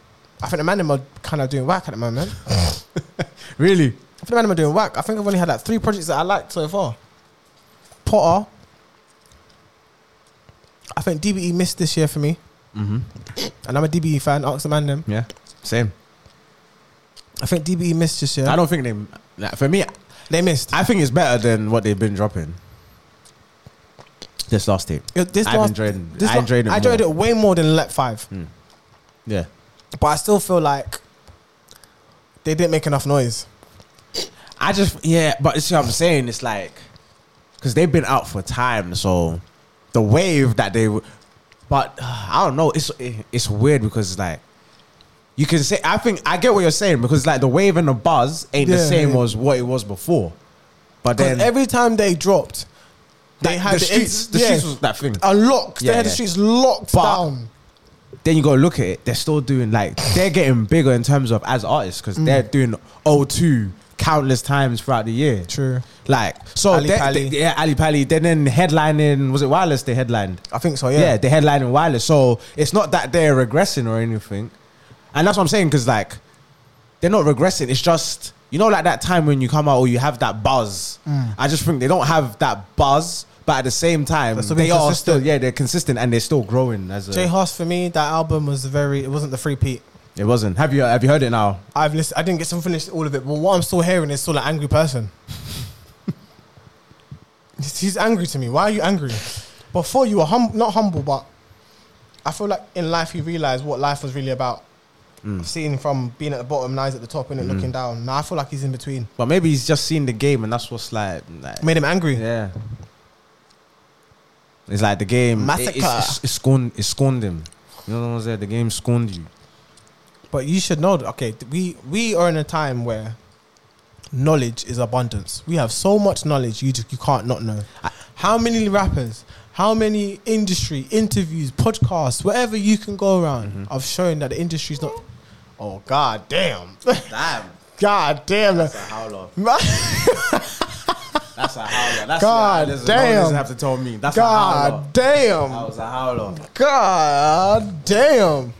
[SPEAKER 1] I think the man them are kind of doing whack at the moment. I
[SPEAKER 2] Really?
[SPEAKER 1] think the man them are doing whack. I think I've only had like three projects that I liked so far. Potter. I think DBE missed this year for me,
[SPEAKER 2] Mm-hmm.
[SPEAKER 1] and I'm a DBE fan. Ask the man them.
[SPEAKER 2] Yeah. Same.
[SPEAKER 1] I think DBE missed this year.
[SPEAKER 2] I don't think they. Like, for me,
[SPEAKER 1] they missed.
[SPEAKER 2] I think it's better than what they've been dropping. This last tape.
[SPEAKER 1] Yo, this
[SPEAKER 2] I've
[SPEAKER 1] last,
[SPEAKER 2] enjoyed them.
[SPEAKER 1] this
[SPEAKER 2] I
[SPEAKER 1] la-
[SPEAKER 2] enjoyed them
[SPEAKER 1] I enjoyed
[SPEAKER 2] more.
[SPEAKER 1] it
[SPEAKER 2] Hmm.
[SPEAKER 1] way more than Let Five.
[SPEAKER 2] Yeah.
[SPEAKER 1] but I still feel like they didn't make enough noise.
[SPEAKER 2] I just yeah, but you see what I'm saying? It's like because they've been out for time, so the wave that they, w- but uh, I don't know. It's eh, it's weird because it's like you can say I think I get what you're saying because like the wave and the buzz ain't the
[SPEAKER 1] Yeah,
[SPEAKER 2] same
[SPEAKER 1] yeah.
[SPEAKER 2] as what it was before. But
[SPEAKER 1] Because
[SPEAKER 2] then
[SPEAKER 1] every time they dropped, they
[SPEAKER 2] like,
[SPEAKER 1] had
[SPEAKER 2] the streets. The
[SPEAKER 1] yeah,
[SPEAKER 2] streets was that thing.
[SPEAKER 1] unlocked.
[SPEAKER 2] Yeah,
[SPEAKER 1] they had the
[SPEAKER 2] yeah.
[SPEAKER 1] streets locked
[SPEAKER 2] But-
[SPEAKER 1] down.
[SPEAKER 2] then you gotta look at it. They're still doing like they're getting bigger in terms of as artists
[SPEAKER 1] Mm.
[SPEAKER 2] because they're doing O2 countless times throughout the year.
[SPEAKER 1] True.
[SPEAKER 2] Like so,
[SPEAKER 1] Ali
[SPEAKER 2] they-
[SPEAKER 1] Pali.
[SPEAKER 2] they- yeah, Ali Pali. Then then headlining was it Wireless? They headlined.
[SPEAKER 1] I think so.
[SPEAKER 2] Yeah,
[SPEAKER 1] Yeah.
[SPEAKER 2] they headlining Wireless. So it's not that they're regressing or anything, and that's what I'm saying because like they're not regressing. It's just you know like that time when you come out or you have that buzz.
[SPEAKER 1] Mm.
[SPEAKER 2] I just think they don't have that buzz, but at the same time
[SPEAKER 1] They're still
[SPEAKER 2] they
[SPEAKER 1] being
[SPEAKER 2] are
[SPEAKER 1] consistent.
[SPEAKER 2] still yeah they're consistent and they're still growing as a.
[SPEAKER 1] Jay Haas for me, that album was very. It wasn't the free peat.
[SPEAKER 2] it wasn't. Have you have you heard it now?
[SPEAKER 1] I've listened. I didn't get to finish all of it, but what I'm still hearing is still an angry person. He's he's angry to me. Why are you angry? Before you were hum- not humble, but I feel like in life you realize what life was really about. Seeing from being at the bottom, now he's at the top, and looking down. Now I feel like he's in between.
[SPEAKER 2] But maybe he's just seen the game and that's what's like. like
[SPEAKER 1] Made him angry.
[SPEAKER 2] yeah. It's like the game. it- it's-
[SPEAKER 1] Massacre.
[SPEAKER 2] It's, it's scorned. It scorned him. You know what I'm saying? The game scorned you.
[SPEAKER 1] But you should know that okay, th- we we are in a time where knowledge is abundance. We have so much knowledge you just, you can't not know. How many rappers, how many industry interviews, podcasts, wherever you can go around, I've shown that the industry's not. Oh god damn,
[SPEAKER 2] Damn.
[SPEAKER 1] god damn,
[SPEAKER 2] howler.
[SPEAKER 1] Man,
[SPEAKER 2] That's a howler. That's
[SPEAKER 1] God damn.
[SPEAKER 2] to tell me. That's
[SPEAKER 1] god damn,
[SPEAKER 2] was a howler.
[SPEAKER 1] god damn,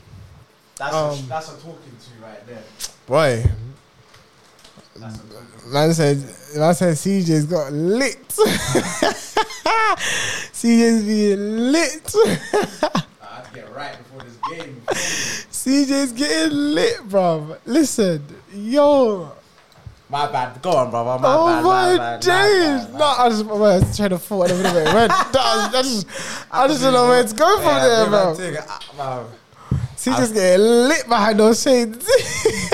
[SPEAKER 2] That's
[SPEAKER 1] Um,
[SPEAKER 2] that's a talking to right there.
[SPEAKER 1] boy.
[SPEAKER 2] That's a
[SPEAKER 1] Man said, man said CJ's got lit. CJ's being lit.
[SPEAKER 2] I have to get right before this game.
[SPEAKER 1] CJ's getting lit, bruv. Listen, yo.
[SPEAKER 2] My bad. Go on, brother. My
[SPEAKER 1] oh
[SPEAKER 2] bad.
[SPEAKER 1] my
[SPEAKER 2] bad,
[SPEAKER 1] days.
[SPEAKER 2] bad,
[SPEAKER 1] No, I just, well, I was trying to thought. I don't know where it went. No, I just, I just don't know where to go from there, bruv.
[SPEAKER 2] Ah, bro.
[SPEAKER 1] CJ's getting lit behind those shades.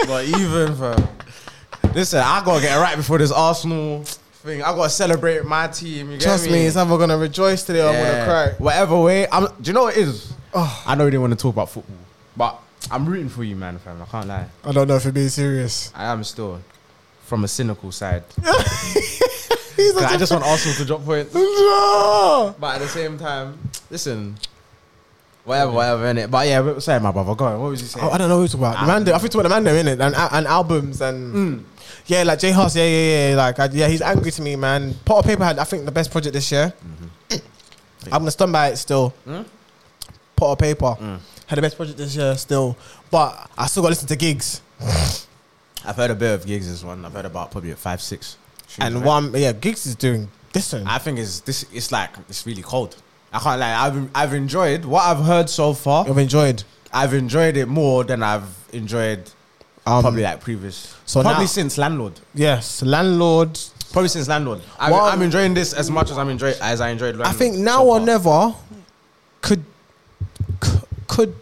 [SPEAKER 2] But even for listen, I gotta get it right before this Arsenal thing. I gotta celebrate my team. You get
[SPEAKER 1] Trust me, it's either gonna rejoice today or I'm gonna cry.
[SPEAKER 2] Whatever way, I'm. Do you know what it is?
[SPEAKER 1] Oh.
[SPEAKER 2] I know you didn't want to talk about football, but I'm rooting for you, man, fam. I can't lie.
[SPEAKER 1] I don't know if you're being serious.
[SPEAKER 2] I am still from a cynical side.
[SPEAKER 1] He's
[SPEAKER 2] 'Cause I
[SPEAKER 1] such a-
[SPEAKER 2] just want Arsenal to drop points,
[SPEAKER 1] No.
[SPEAKER 2] but at the same time, listen. Whatever, whatever, innit? But yeah, but- sorry, my brother. Go on. What was you saying?
[SPEAKER 1] Oh, I don't know who to talk about. The man, I think it's about the man, though, innit? And, and albums and.
[SPEAKER 2] Mm.
[SPEAKER 1] Yeah, like Jay Huss, yeah, yeah, yeah. Like, I, yeah, he's angry to me, man. Pot of Paper had, I think, the best project this year.
[SPEAKER 2] Mm-hmm.
[SPEAKER 1] I'm gonna stand by it still.
[SPEAKER 2] Hmm?
[SPEAKER 1] Pot of Paper
[SPEAKER 2] Mm.
[SPEAKER 1] had the best project this year still, but I still got to listen to gigs
[SPEAKER 2] I've heard a bit of gigs this one. I've heard about probably at five, six.
[SPEAKER 1] and
[SPEAKER 2] Right?
[SPEAKER 1] one. Yeah, gigs is doing this one.
[SPEAKER 2] I think it's this. It's like it's really cold. I can't lie. I've I've enjoyed what I've heard so far.
[SPEAKER 1] I've enjoyed.
[SPEAKER 2] I've enjoyed it more than I've enjoyed
[SPEAKER 1] Um,
[SPEAKER 2] probably like previous.
[SPEAKER 1] so
[SPEAKER 2] probably
[SPEAKER 1] now-
[SPEAKER 2] since landlord.
[SPEAKER 1] Yes, landlord.
[SPEAKER 2] Probably since landlord. I,
[SPEAKER 1] Well-
[SPEAKER 2] I'm enjoying this as much as I'm enjoying as I enjoyed.
[SPEAKER 1] I
[SPEAKER 2] Landlord
[SPEAKER 1] think now
[SPEAKER 2] so
[SPEAKER 1] or
[SPEAKER 2] far.
[SPEAKER 1] never could c- could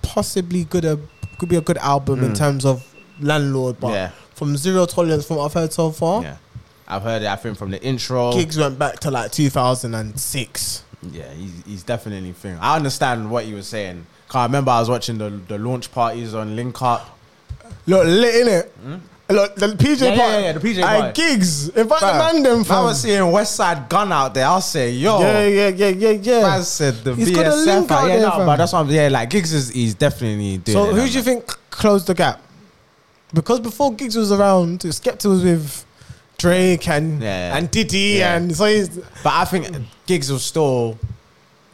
[SPEAKER 1] possibly good a could be a good album in terms of landlord, but
[SPEAKER 2] Mm. Yeah.
[SPEAKER 1] from zero tolerance from what I've heard so far,
[SPEAKER 2] Yeah, I've heard it. I think from the intro.
[SPEAKER 1] gigs went back to like 2006.
[SPEAKER 2] Yeah, he's, he's definitely thing. I understand what you were saying. 'Cause I remember I was watching the, the launch parties on Link Up.
[SPEAKER 1] Look, lit in it. Look, the PJ
[SPEAKER 2] Hmm? Yeah, yeah,
[SPEAKER 1] part,
[SPEAKER 2] yeah, yeah, the PJ
[SPEAKER 1] Aye,
[SPEAKER 2] part.
[SPEAKER 1] gigs. Invite the
[SPEAKER 2] Bruh,
[SPEAKER 1] man them
[SPEAKER 2] If I
[SPEAKER 1] fam.
[SPEAKER 2] was seeing West Side Gun out there, I'll say, yo.
[SPEAKER 1] yeah, yeah, yeah, yeah, yeah.
[SPEAKER 2] Man said the
[SPEAKER 1] He's
[SPEAKER 2] VSF.
[SPEAKER 1] got a link out
[SPEAKER 2] yeah,
[SPEAKER 1] there,
[SPEAKER 2] no,
[SPEAKER 1] fam.
[SPEAKER 2] but that's what I'm. Yeah, like gigs is he's definitely doing.
[SPEAKER 1] So
[SPEAKER 2] it,
[SPEAKER 1] who
[SPEAKER 2] man.
[SPEAKER 1] do you think c- closed the gap? Because before Gigs was around, Skepta was with Drake and
[SPEAKER 2] Yeah, yeah.
[SPEAKER 1] and Diddy
[SPEAKER 2] Yeah.
[SPEAKER 1] and so he's
[SPEAKER 2] But I think gigs was still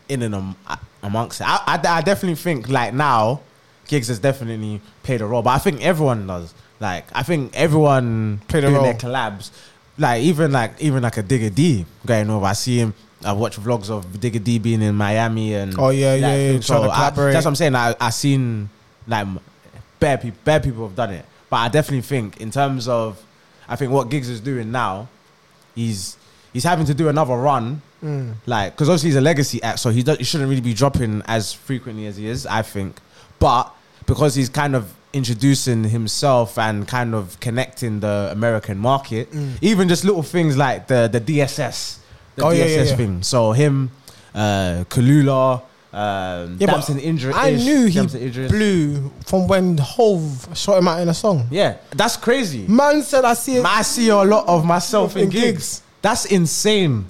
[SPEAKER 2] in and um, amongst it. I, I, I definitely think like now, gigs has definitely played a role. But I think everyone does. Like I think everyone
[SPEAKER 1] Played a
[SPEAKER 2] doing
[SPEAKER 1] role.
[SPEAKER 2] Their collabs, like even like even like a Digger D going over. I see him. I watch vlogs of Digger D being in Miami and
[SPEAKER 1] Oh, yeah,
[SPEAKER 2] that
[SPEAKER 1] yeah, yeah,
[SPEAKER 2] thing.
[SPEAKER 1] trying to
[SPEAKER 2] I-
[SPEAKER 1] collaborate.
[SPEAKER 2] that's what I'm saying. I I seen like m- bare people bare people have done it, but I definitely think in terms of I think what gigs is doing now he's he's having to do another run,
[SPEAKER 1] Mm.
[SPEAKER 2] like because obviously he's a legacy act, so he does, he shouldn't really be dropping as frequently as he is, I think. But because he's kind of introducing himself and kind of connecting the American market, even just little things like the the DSS, the
[SPEAKER 1] Mm. Oh,
[SPEAKER 2] DSS
[SPEAKER 1] yeah, yeah, yeah.
[SPEAKER 2] thing. So him, uh, Kalula. Um,
[SPEAKER 1] Yeah, but
[SPEAKER 2] Damson Idris.
[SPEAKER 1] I knew he
[SPEAKER 2] Damson Idris.
[SPEAKER 1] blew from when Hove shot him out in a song.
[SPEAKER 2] Yeah, that's crazy.
[SPEAKER 1] Man said I see it.
[SPEAKER 2] I see a lot of myself in,
[SPEAKER 1] In
[SPEAKER 2] gigs.
[SPEAKER 1] gigs.
[SPEAKER 2] That's insane.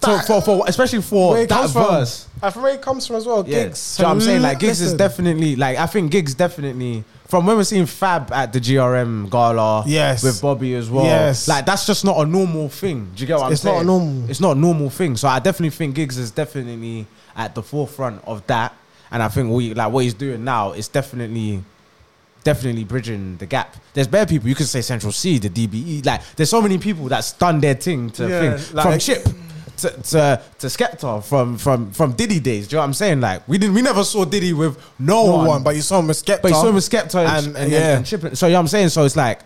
[SPEAKER 2] So
[SPEAKER 1] That-
[SPEAKER 2] for, for especially for
[SPEAKER 1] where it
[SPEAKER 2] that
[SPEAKER 1] comes
[SPEAKER 2] verse.
[SPEAKER 1] from. And from where it comes from as well.
[SPEAKER 2] Yeah.
[SPEAKER 1] Gigs.
[SPEAKER 2] So I'm saying like gigs is
[SPEAKER 1] Listen.
[SPEAKER 2] definitely like I think gigs definitely from when we're seeing Fab at the GRM gala
[SPEAKER 1] Yes.
[SPEAKER 2] with Bobby as well.
[SPEAKER 1] Yes.
[SPEAKER 2] Like that's just not a normal thing. Do you get what I'm
[SPEAKER 1] It's not
[SPEAKER 2] saying?
[SPEAKER 1] a normal.
[SPEAKER 2] It's not a normal thing. So I definitely think gigs is definitely at the forefront of that. And I think we like what he's doing now is definitely definitely bridging the gap. There's bare people you could say Central C, the DBE. Like there's so many people that's done their thing to
[SPEAKER 1] Yeah,
[SPEAKER 2] thing
[SPEAKER 1] like-
[SPEAKER 2] from Chip to to, to Skepta from from from Diddy days. Do you know what I'm saying? Like we didn't we never saw Diddy with no,
[SPEAKER 1] no
[SPEAKER 2] one,
[SPEAKER 1] one, but you saw him with Skepta.
[SPEAKER 2] but you saw him with Skepta and, and,
[SPEAKER 1] And-
[SPEAKER 2] and,
[SPEAKER 1] yeah.
[SPEAKER 2] and Chip. So you know what I'm saying? So it's like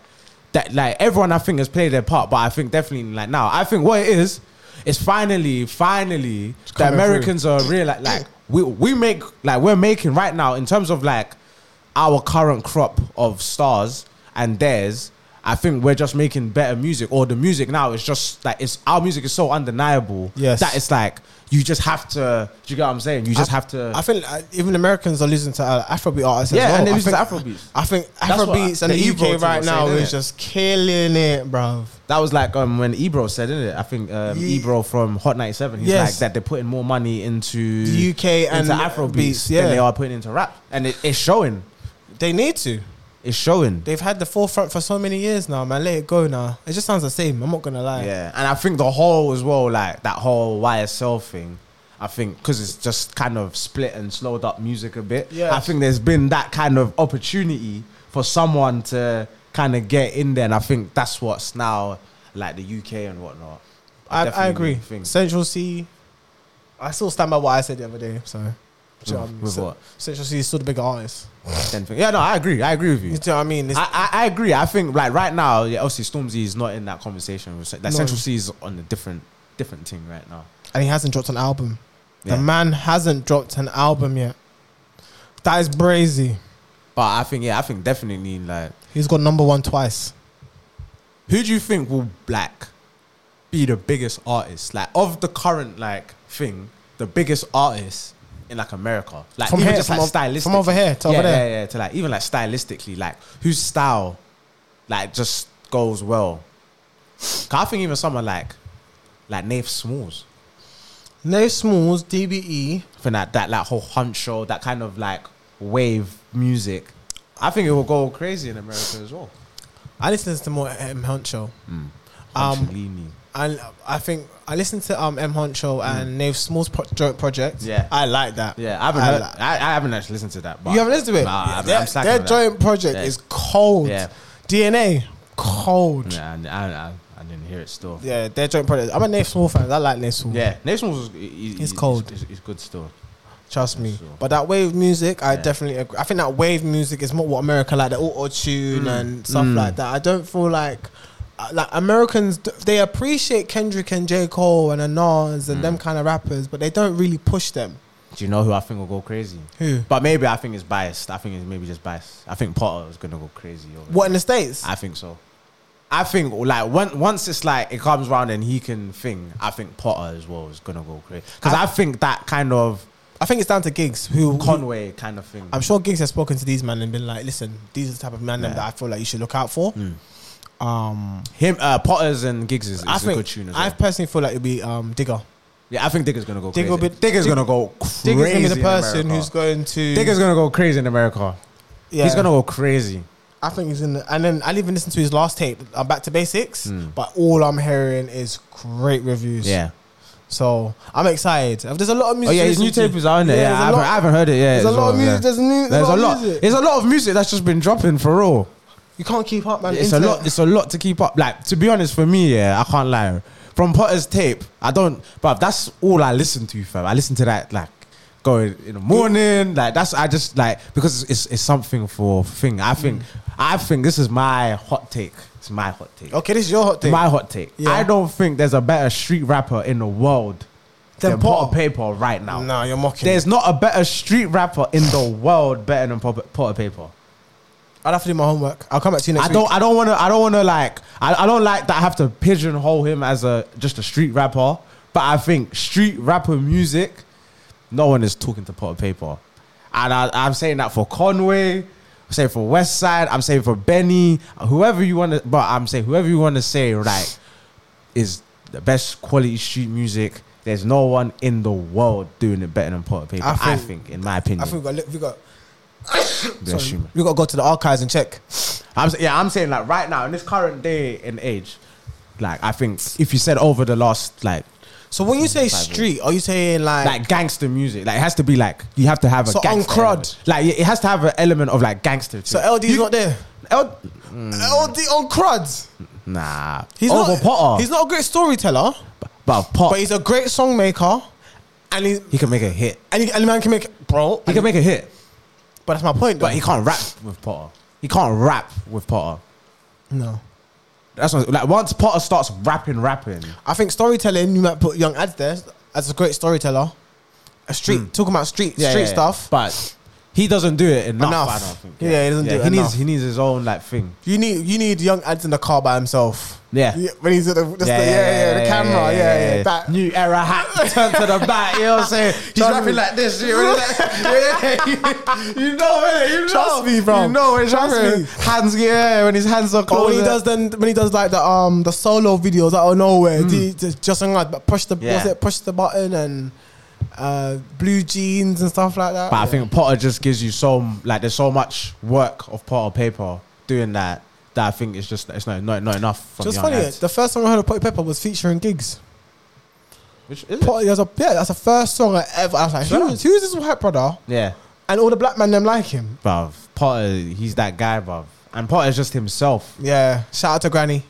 [SPEAKER 2] that like everyone I think has played their part, but I think definitely like now I think what it is is finally finally the
[SPEAKER 1] coming
[SPEAKER 2] Americans are real like, like we we make like we're making right now in terms of like our current crop of stars and theirs. I think we're just making better music, or the music now is just like it's our music is so undeniable
[SPEAKER 1] Yes.
[SPEAKER 2] that it's like you just have to. Do you get what I'm saying? You just have to.
[SPEAKER 1] I think uh, even Americans are listening to uh, Afrobeat artists
[SPEAKER 2] Yeah,
[SPEAKER 1] as well.
[SPEAKER 2] and they
[SPEAKER 1] I
[SPEAKER 2] listen to
[SPEAKER 1] think-
[SPEAKER 2] Afrobeats.
[SPEAKER 1] I think
[SPEAKER 2] That's what
[SPEAKER 1] Afrobeats
[SPEAKER 2] I-
[SPEAKER 1] and
[SPEAKER 2] the
[SPEAKER 1] the
[SPEAKER 2] Evo team
[SPEAKER 1] UK right
[SPEAKER 2] was
[SPEAKER 1] now
[SPEAKER 2] saying,
[SPEAKER 1] is
[SPEAKER 2] innit?
[SPEAKER 1] just killing it, bruv.
[SPEAKER 2] That was like um, when Ebro said, isn't it? I think um,
[SPEAKER 1] Ye-
[SPEAKER 2] Ebro from Hot 97. He's
[SPEAKER 1] Yes.
[SPEAKER 2] like that they're putting more money into
[SPEAKER 1] The UK and
[SPEAKER 2] into Afro
[SPEAKER 1] beats,
[SPEAKER 2] beats than
[SPEAKER 1] yeah.
[SPEAKER 2] they are putting into rap, and it, it's showing.
[SPEAKER 1] They need to.
[SPEAKER 2] It's showing.
[SPEAKER 1] They've had the forefront for so many years now, man. Let it go now. It just sounds the same. I'm not gonna lie.
[SPEAKER 2] Yeah, and I think the whole as well, like that whole YSL thing. I think because it's just kind of split and slowed up music a bit.
[SPEAKER 1] Yes.
[SPEAKER 2] I think there's been that kind of opportunity for someone to kind of get in there, and I think that's what's now like the UK and whatnot.
[SPEAKER 1] I, I
[SPEAKER 2] definitely
[SPEAKER 1] agree.
[SPEAKER 2] think-
[SPEAKER 1] Central C. I still stand by what I said the other day. So, Do you know what I mean?
[SPEAKER 2] With
[SPEAKER 1] So-
[SPEAKER 2] what?
[SPEAKER 1] Central C is still the bigger artist.
[SPEAKER 2] Then think- Yeah, no, I agree. I agree with you.
[SPEAKER 1] You know what I mean? It's-
[SPEAKER 2] I, I, I agree. I think like right now, yeah, obviously Stormzy is not in that conversation. With, like
[SPEAKER 1] No.
[SPEAKER 2] Central C is on a different different thing right now.
[SPEAKER 1] and he hasn't dropped an album.
[SPEAKER 2] Yeah.
[SPEAKER 1] The man hasn't dropped an album yet. That is brazy.
[SPEAKER 2] But I think yeah, I think definitely like
[SPEAKER 1] He's got number one twice.
[SPEAKER 2] who do you think will black be the biggest artist like of the current like thing? The biggest artist in like America, like
[SPEAKER 1] From
[SPEAKER 2] even
[SPEAKER 1] here,
[SPEAKER 2] just like
[SPEAKER 1] from o-
[SPEAKER 2] stylistically,
[SPEAKER 1] from over here to
[SPEAKER 2] yeah,
[SPEAKER 1] over there.
[SPEAKER 2] yeah, yeah, to like even like stylistically, like whose style like just goes well. 'Cause I think even someone like like Nate Smalls.
[SPEAKER 1] No Smalls, E. DBE.
[SPEAKER 2] for that that like whole hunt show, that kind of like wave music. I think it will go crazy in America as well.
[SPEAKER 1] I listen to more M Huncho.
[SPEAKER 2] Um,
[SPEAKER 1] Um, And I think I listened to um M Huncho and Nave Smalls pro- joint project.
[SPEAKER 2] Mm. Yeah.
[SPEAKER 1] I like that.
[SPEAKER 2] yeah, I haven't
[SPEAKER 1] I
[SPEAKER 2] heard,
[SPEAKER 1] like-
[SPEAKER 2] I, I haven't actually listened to that. But
[SPEAKER 1] you haven't listened to it.
[SPEAKER 2] Nah, I haven't.
[SPEAKER 1] their
[SPEAKER 2] I'm slacking
[SPEAKER 1] their
[SPEAKER 2] on that.
[SPEAKER 1] joint project
[SPEAKER 2] Yeah.
[SPEAKER 1] is cold.
[SPEAKER 2] Yeah.
[SPEAKER 1] DNA cold. Yeah.
[SPEAKER 2] Yeah, and I, I, I didn't hear it still. Yeah,
[SPEAKER 1] their joint project. I'm a Nave Small fan. I like Nave Small.
[SPEAKER 2] yeah. Nate Smalls, is- he- he-
[SPEAKER 1] It's cold.
[SPEAKER 2] He's, he's good still.
[SPEAKER 1] Trust me.
[SPEAKER 2] sure.
[SPEAKER 1] But that wave music, I
[SPEAKER 2] Yeah.
[SPEAKER 1] definitely agree. I think that wave music is more what America like, the auto tune and stuff
[SPEAKER 2] Mm.
[SPEAKER 1] like that. I don't feel like uh, like Americans d- they appreciate Kendrick and J Cole and the Nas
[SPEAKER 2] Mm.
[SPEAKER 1] and them kind of rappers, but they don't really push them.
[SPEAKER 2] Do you know who I think will go crazy?
[SPEAKER 1] Who?
[SPEAKER 2] But maybe I think it's biased. I think it's maybe just biased. I think Potter is gonna go crazy. over
[SPEAKER 1] What in the states?
[SPEAKER 2] I think so. I think like when, once it's like it comes round and he can thing, I think Potter as well is gonna go crazy because I, think that kind of
[SPEAKER 1] I think it's down to gigs. Who? who
[SPEAKER 2] Conway kind of thing.
[SPEAKER 1] I'm sure gigs has spoken to these men and been like, "Listen, these are the type of men
[SPEAKER 2] Yeah. Hmm.
[SPEAKER 1] that I feel like you should look out for." Um,
[SPEAKER 2] Him, uh, Potter's and Giggs is, is
[SPEAKER 1] I
[SPEAKER 2] a
[SPEAKER 1] think
[SPEAKER 2] good tune as well.
[SPEAKER 1] I personally feel like it'd be um, Digger.
[SPEAKER 2] yeah, I think Digger's gonna go
[SPEAKER 1] Digger
[SPEAKER 2] crazy.
[SPEAKER 1] will be-
[SPEAKER 2] Digger's
[SPEAKER 1] Dig-
[SPEAKER 2] gonna go crazy.
[SPEAKER 1] Digger's gonna be the
[SPEAKER 2] in
[SPEAKER 1] person
[SPEAKER 2] America.
[SPEAKER 1] who's going to.
[SPEAKER 2] Digger's gonna go crazy in America.
[SPEAKER 1] yeah.
[SPEAKER 2] He's gonna go crazy.
[SPEAKER 1] I think he's in the, and then I didn't even listen to his last tape, uh, Back to Basics, but all I'm hearing is great reviews.
[SPEAKER 2] Hmm. Yeah.
[SPEAKER 1] So I'm excited. If There's a lot of
[SPEAKER 2] Oh
[SPEAKER 1] music.
[SPEAKER 2] yeah,
[SPEAKER 1] to
[SPEAKER 2] his new
[SPEAKER 1] listen to.
[SPEAKER 2] tape is out there. Yeah,
[SPEAKER 1] there's
[SPEAKER 2] I,
[SPEAKER 1] a
[SPEAKER 2] haven't,
[SPEAKER 1] lot-
[SPEAKER 2] I haven't heard it. Yeah,
[SPEAKER 1] There's a
[SPEAKER 2] as
[SPEAKER 1] lot of
[SPEAKER 2] well, yeah.
[SPEAKER 1] music. There's, new,
[SPEAKER 2] There's a lot.
[SPEAKER 1] Music.
[SPEAKER 2] There's a lot of music that's just been dropping for real.
[SPEAKER 1] You can't keep up, man.
[SPEAKER 2] It's a lot. It's a lot to keep up. Like to be honest, for me, yeah, I can't lie. From Potter's tape, I don't. But that's all I listen to, fam. I listen to that like going in the morning. Like that's I just like because it's it's something for thing. I think I think this is my hot take. It's my hot take.
[SPEAKER 1] Okay, this is your hot thing.
[SPEAKER 2] My hot take.
[SPEAKER 1] Yeah.
[SPEAKER 2] I don't think there's a better street rapper in the world
[SPEAKER 1] Than
[SPEAKER 2] than, Potter
[SPEAKER 1] Potter.
[SPEAKER 2] Paper right now.
[SPEAKER 1] Nah, you're mocking.
[SPEAKER 2] There's not a better street rapper in the world better than Potter Potter Paper.
[SPEAKER 1] I'll have to do my homework. I'll come back to you next
[SPEAKER 2] I don't. I don't want to. I don't want to like. I, I don't like that. I have to pigeonhole him as a just a street rapper. But I think street rapper music, no one is talking to Potter Paper, and I, I'm saying that for Conway. I'm saying for Westside. I'm saying for Benny. Whoever you want to. But I'm saying whoever you want to say like is the best quality street music. There's no one in the world doing it better than Potter Paper. I
[SPEAKER 1] I
[SPEAKER 2] think,
[SPEAKER 1] think-
[SPEAKER 2] in my opinion.
[SPEAKER 1] I think we got. look- We got.
[SPEAKER 2] Bless
[SPEAKER 1] sorry,
[SPEAKER 2] you, man.
[SPEAKER 1] we got to go to the archives and check.
[SPEAKER 2] I'm s- yeah, I'm saying like right now in this current day and age, like I think if you said over the last like
[SPEAKER 1] So when you say street, are you saying like?
[SPEAKER 2] like gangster music, like it has to be like you have to have a
[SPEAKER 1] So
[SPEAKER 2] gangster
[SPEAKER 1] on crud.
[SPEAKER 2] element. like it has to have an element of like gangster. To
[SPEAKER 1] so uh,
[SPEAKER 2] it.
[SPEAKER 1] LD's not there.
[SPEAKER 2] El-
[SPEAKER 1] LD on cruds.
[SPEAKER 2] nah,
[SPEAKER 1] He's
[SPEAKER 2] over
[SPEAKER 1] not
[SPEAKER 2] Potter,
[SPEAKER 1] He's not a great storyteller.
[SPEAKER 2] but Pot,
[SPEAKER 1] But he's a great song maker, and he
[SPEAKER 2] he can make a hit.
[SPEAKER 1] and, he, and the man can make bro.
[SPEAKER 2] He
[SPEAKER 1] and-
[SPEAKER 2] can make a hit,
[SPEAKER 1] but that's my point. Though.
[SPEAKER 2] but he can't rap with Potter. He can't rap with Potter.
[SPEAKER 1] no,
[SPEAKER 2] That's what, like once Potter starts rapping, rapping.
[SPEAKER 1] I think storytelling. You might put Young Ads there as a great storyteller. A street talking about street street stuff.
[SPEAKER 2] but he doesn't do it enough.
[SPEAKER 1] Enough.
[SPEAKER 2] I don't think.
[SPEAKER 1] Yeah, he doesn't do it
[SPEAKER 2] He needs
[SPEAKER 1] enough.
[SPEAKER 2] he needs his own like thing.
[SPEAKER 1] you need you need Young Ads in the car by himself.
[SPEAKER 2] Yeah.
[SPEAKER 1] when he's at the just the- yeah, yeah, the camera. Yeah, yeah, that-
[SPEAKER 2] New era hat, turn to the back. You know what I'm saying? He's
[SPEAKER 1] Trust me.
[SPEAKER 2] rapping like this. You know, like, yeah, you, you know it. You
[SPEAKER 1] Trust
[SPEAKER 2] know.
[SPEAKER 1] me, bro.
[SPEAKER 2] You know Oh, it.
[SPEAKER 1] Trust
[SPEAKER 2] Trust
[SPEAKER 1] me.
[SPEAKER 2] me. Hands, yeah, when his hands are
[SPEAKER 1] But
[SPEAKER 2] cold.
[SPEAKER 1] when he does then when he does like the um the solo videos out of nowhere, the- the- just on like push the
[SPEAKER 2] Hmm. Yeah.
[SPEAKER 1] what's it, push the button and uh blue jeans and stuff like that.
[SPEAKER 2] But I
[SPEAKER 1] Yeah.
[SPEAKER 2] think Potter just gives you so like there's so much work of Potter paper doing that that I think it's just it's not not, not enough. From
[SPEAKER 1] Just
[SPEAKER 2] young
[SPEAKER 1] funny,
[SPEAKER 2] lads.
[SPEAKER 1] the first song I heard of Potty Pepper was featuring gigs.
[SPEAKER 2] Which is it?
[SPEAKER 1] Potty, that's a, yeah, that's the first song I ever. I was like, who,
[SPEAKER 2] Sure.
[SPEAKER 1] is- who is this white brother?
[SPEAKER 2] Yeah,
[SPEAKER 1] And all the black men them like him.
[SPEAKER 2] bruv. Potter, he's that guy, bruv. And Potter's just himself.
[SPEAKER 1] Yeah, shout out to Granny.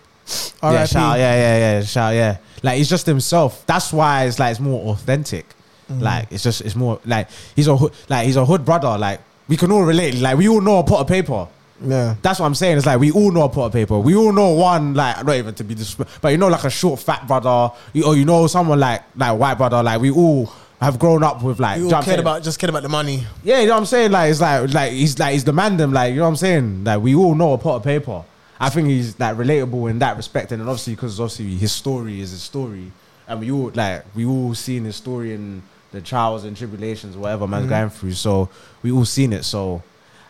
[SPEAKER 1] All
[SPEAKER 2] yeah,
[SPEAKER 1] right,
[SPEAKER 2] shout, yeah, yeah, yeah, shout, yeah. Like he's just himself. That's why it's like it's more authentic.
[SPEAKER 1] Mm.
[SPEAKER 2] Like it's just it's more like he's a hood, like he's a hood brother. Like we can all relate. Like we all know a pot of paper.
[SPEAKER 1] yeah.
[SPEAKER 2] That's what I'm saying. It's like we all know a pot of paper. We all know one like not even to be this, but you know like a short fat brother, you, or you know someone like like white brother. Like we all have grown up with like.
[SPEAKER 1] You
[SPEAKER 2] do you know
[SPEAKER 1] all
[SPEAKER 2] what I'm
[SPEAKER 1] cared
[SPEAKER 2] saying?
[SPEAKER 1] about just cared about the money.
[SPEAKER 2] Yeah, you know what I'm saying? Like it's like like he's like he's the man them, like you know what I'm saying? Like we all know a pot of paper. I think he's like relatable in that respect, and then obviously because obviously his story is his story, and we all like we all seen his story and the trials and tribulations, whatever man's going through. So we all seen it. So,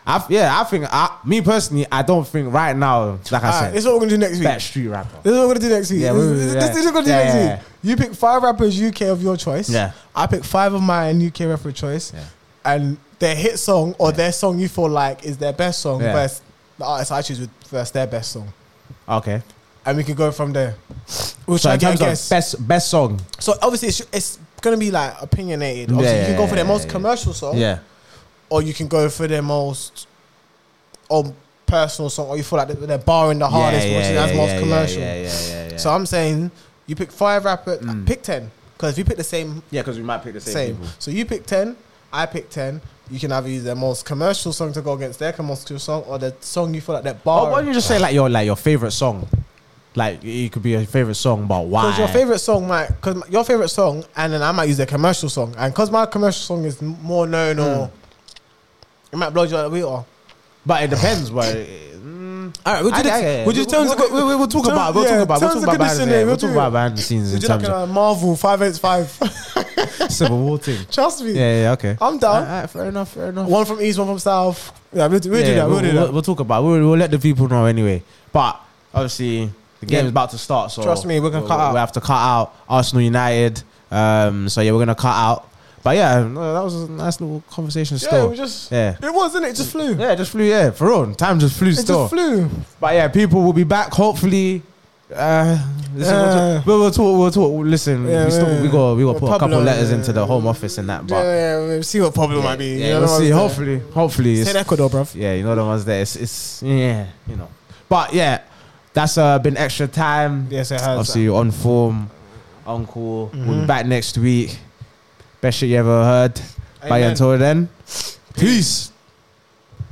[SPEAKER 2] I yeah, I think I me personally, I don't think right now, like I
[SPEAKER 1] All right,
[SPEAKER 2] said,
[SPEAKER 1] this is what we're gonna do next week.
[SPEAKER 2] that street rapper.
[SPEAKER 1] This is what we're gonna do next week.
[SPEAKER 2] Yeah,
[SPEAKER 1] this,
[SPEAKER 2] we-
[SPEAKER 1] this-
[SPEAKER 2] yeah.
[SPEAKER 1] this is what we're gonna do
[SPEAKER 2] Yeah,
[SPEAKER 1] next
[SPEAKER 2] yeah,
[SPEAKER 1] week. You pick five rappers UK of your choice.
[SPEAKER 2] Yeah.
[SPEAKER 1] I pick five of mine UK rapper choice,
[SPEAKER 2] Yeah.
[SPEAKER 1] and their hit song or their song you feel like is their best song
[SPEAKER 2] Yeah.
[SPEAKER 1] versus the artist I choose with versus their best song,
[SPEAKER 2] Okay,
[SPEAKER 1] and we can go from there. We'll try
[SPEAKER 2] so in
[SPEAKER 1] to get a
[SPEAKER 2] terms of
[SPEAKER 1] guess.
[SPEAKER 2] best best song,
[SPEAKER 1] so obviously it's, it's gonna be like opinionated. Obviously
[SPEAKER 2] Yeah,
[SPEAKER 1] you can go for their
[SPEAKER 2] yeah,
[SPEAKER 1] most
[SPEAKER 2] yeah.
[SPEAKER 1] commercial song,
[SPEAKER 2] yeah,
[SPEAKER 1] or you can go for their most or personal song, or you feel like they're- they're barring the hardest, which is as most commercial.
[SPEAKER 2] yeah, yeah, yeah, yeah.
[SPEAKER 1] So I'm saying you pick five rappers,
[SPEAKER 2] Mm.
[SPEAKER 1] pick ten. Because if you pick the same,
[SPEAKER 2] yeah, because we might pick the
[SPEAKER 1] same,
[SPEAKER 2] same. people.
[SPEAKER 1] so you pick ten, I pick ten. You can either use their most commercial song to go against their commercial song, or the song you feel like they're
[SPEAKER 2] Or
[SPEAKER 1] borrowing.
[SPEAKER 2] why don't you just say like your like your favorite song? Like it could be your favorite song, but why?
[SPEAKER 1] Because your favorite song might, because your favorite song, and then I might use their commercial song, and because my commercial song is m- more known,
[SPEAKER 2] Mm.
[SPEAKER 1] or it might blow you out of the water.
[SPEAKER 2] But it depends. But
[SPEAKER 3] All right, we'll do
[SPEAKER 2] I-
[SPEAKER 3] this.
[SPEAKER 2] I- yeah.
[SPEAKER 3] We'll do terms.
[SPEAKER 1] We'll-
[SPEAKER 3] We'll, we'll, we'll talk about. We'll
[SPEAKER 1] yeah,
[SPEAKER 3] talk about. We'll
[SPEAKER 1] terms
[SPEAKER 3] talk
[SPEAKER 1] and
[SPEAKER 3] about behind the
[SPEAKER 1] conditioning,
[SPEAKER 3] scenes.
[SPEAKER 1] we'll
[SPEAKER 3] We'll talk
[SPEAKER 1] do-
[SPEAKER 3] about behind the scenes in
[SPEAKER 1] Did you like
[SPEAKER 3] terms of
[SPEAKER 1] a Marvel five eight five?
[SPEAKER 2] Civil War thing.
[SPEAKER 1] Trust me,
[SPEAKER 2] Yeah, yeah, okay.
[SPEAKER 1] I'm down.
[SPEAKER 2] Alright, fair enough, fair enough.
[SPEAKER 1] one from east, one from south. Yeah, we'll, do- we'll
[SPEAKER 2] Yeah,
[SPEAKER 1] do that. We'll,
[SPEAKER 2] we'll,
[SPEAKER 1] do
[SPEAKER 2] we'll-
[SPEAKER 1] that.
[SPEAKER 2] we'll talk about. it. We'll, we'll let the people know anyway. But obviously, the
[SPEAKER 1] Yeah.
[SPEAKER 2] game is about to start. So
[SPEAKER 1] Trust me, we're gonna
[SPEAKER 2] we-
[SPEAKER 1] cut
[SPEAKER 2] we-
[SPEAKER 1] out.
[SPEAKER 2] We have to cut out Arsenal United. Um, so yeah, we're gonna cut out. But yeah, no, that was a nice little conversation.
[SPEAKER 1] yeah,
[SPEAKER 2] Still,
[SPEAKER 1] we just
[SPEAKER 2] yeah.
[SPEAKER 1] it was, not it? It Just flew.
[SPEAKER 2] Yeah, just flew. Yeah, for real. Time just flew.
[SPEAKER 1] it
[SPEAKER 2] still,
[SPEAKER 1] just flew.
[SPEAKER 2] but yeah, people will be back. Hopefully, uh, listen,
[SPEAKER 1] Yeah.
[SPEAKER 2] we'll, talk, we'll, we'll talk. We'll talk. Listen,
[SPEAKER 1] Yeah,
[SPEAKER 2] we still
[SPEAKER 1] yeah.
[SPEAKER 2] we got we got
[SPEAKER 1] Well,
[SPEAKER 2] put a couple
[SPEAKER 1] Pablo,
[SPEAKER 2] letters into the
[SPEAKER 1] yeah.
[SPEAKER 2] Home Office and that.
[SPEAKER 1] yeah,
[SPEAKER 2] But
[SPEAKER 1] yeah, we'll see what problem might be.
[SPEAKER 2] yeah,
[SPEAKER 1] You know
[SPEAKER 2] we'll
[SPEAKER 1] what I'm
[SPEAKER 2] see.
[SPEAKER 1] saying?
[SPEAKER 2] Hopefully, hopefully,
[SPEAKER 1] It's
[SPEAKER 2] it's,
[SPEAKER 1] in Ecuador, bruv.
[SPEAKER 2] yeah, you know the ones there. It's, it's yeah, you know. But yeah, that's uh, been extra time.
[SPEAKER 1] Yes, it has.
[SPEAKER 2] Obviously, on form, on call. We'll
[SPEAKER 1] Mhm.
[SPEAKER 2] be back next week. Best shit you ever heard. Bye
[SPEAKER 1] Amen.
[SPEAKER 2] until then. Peace.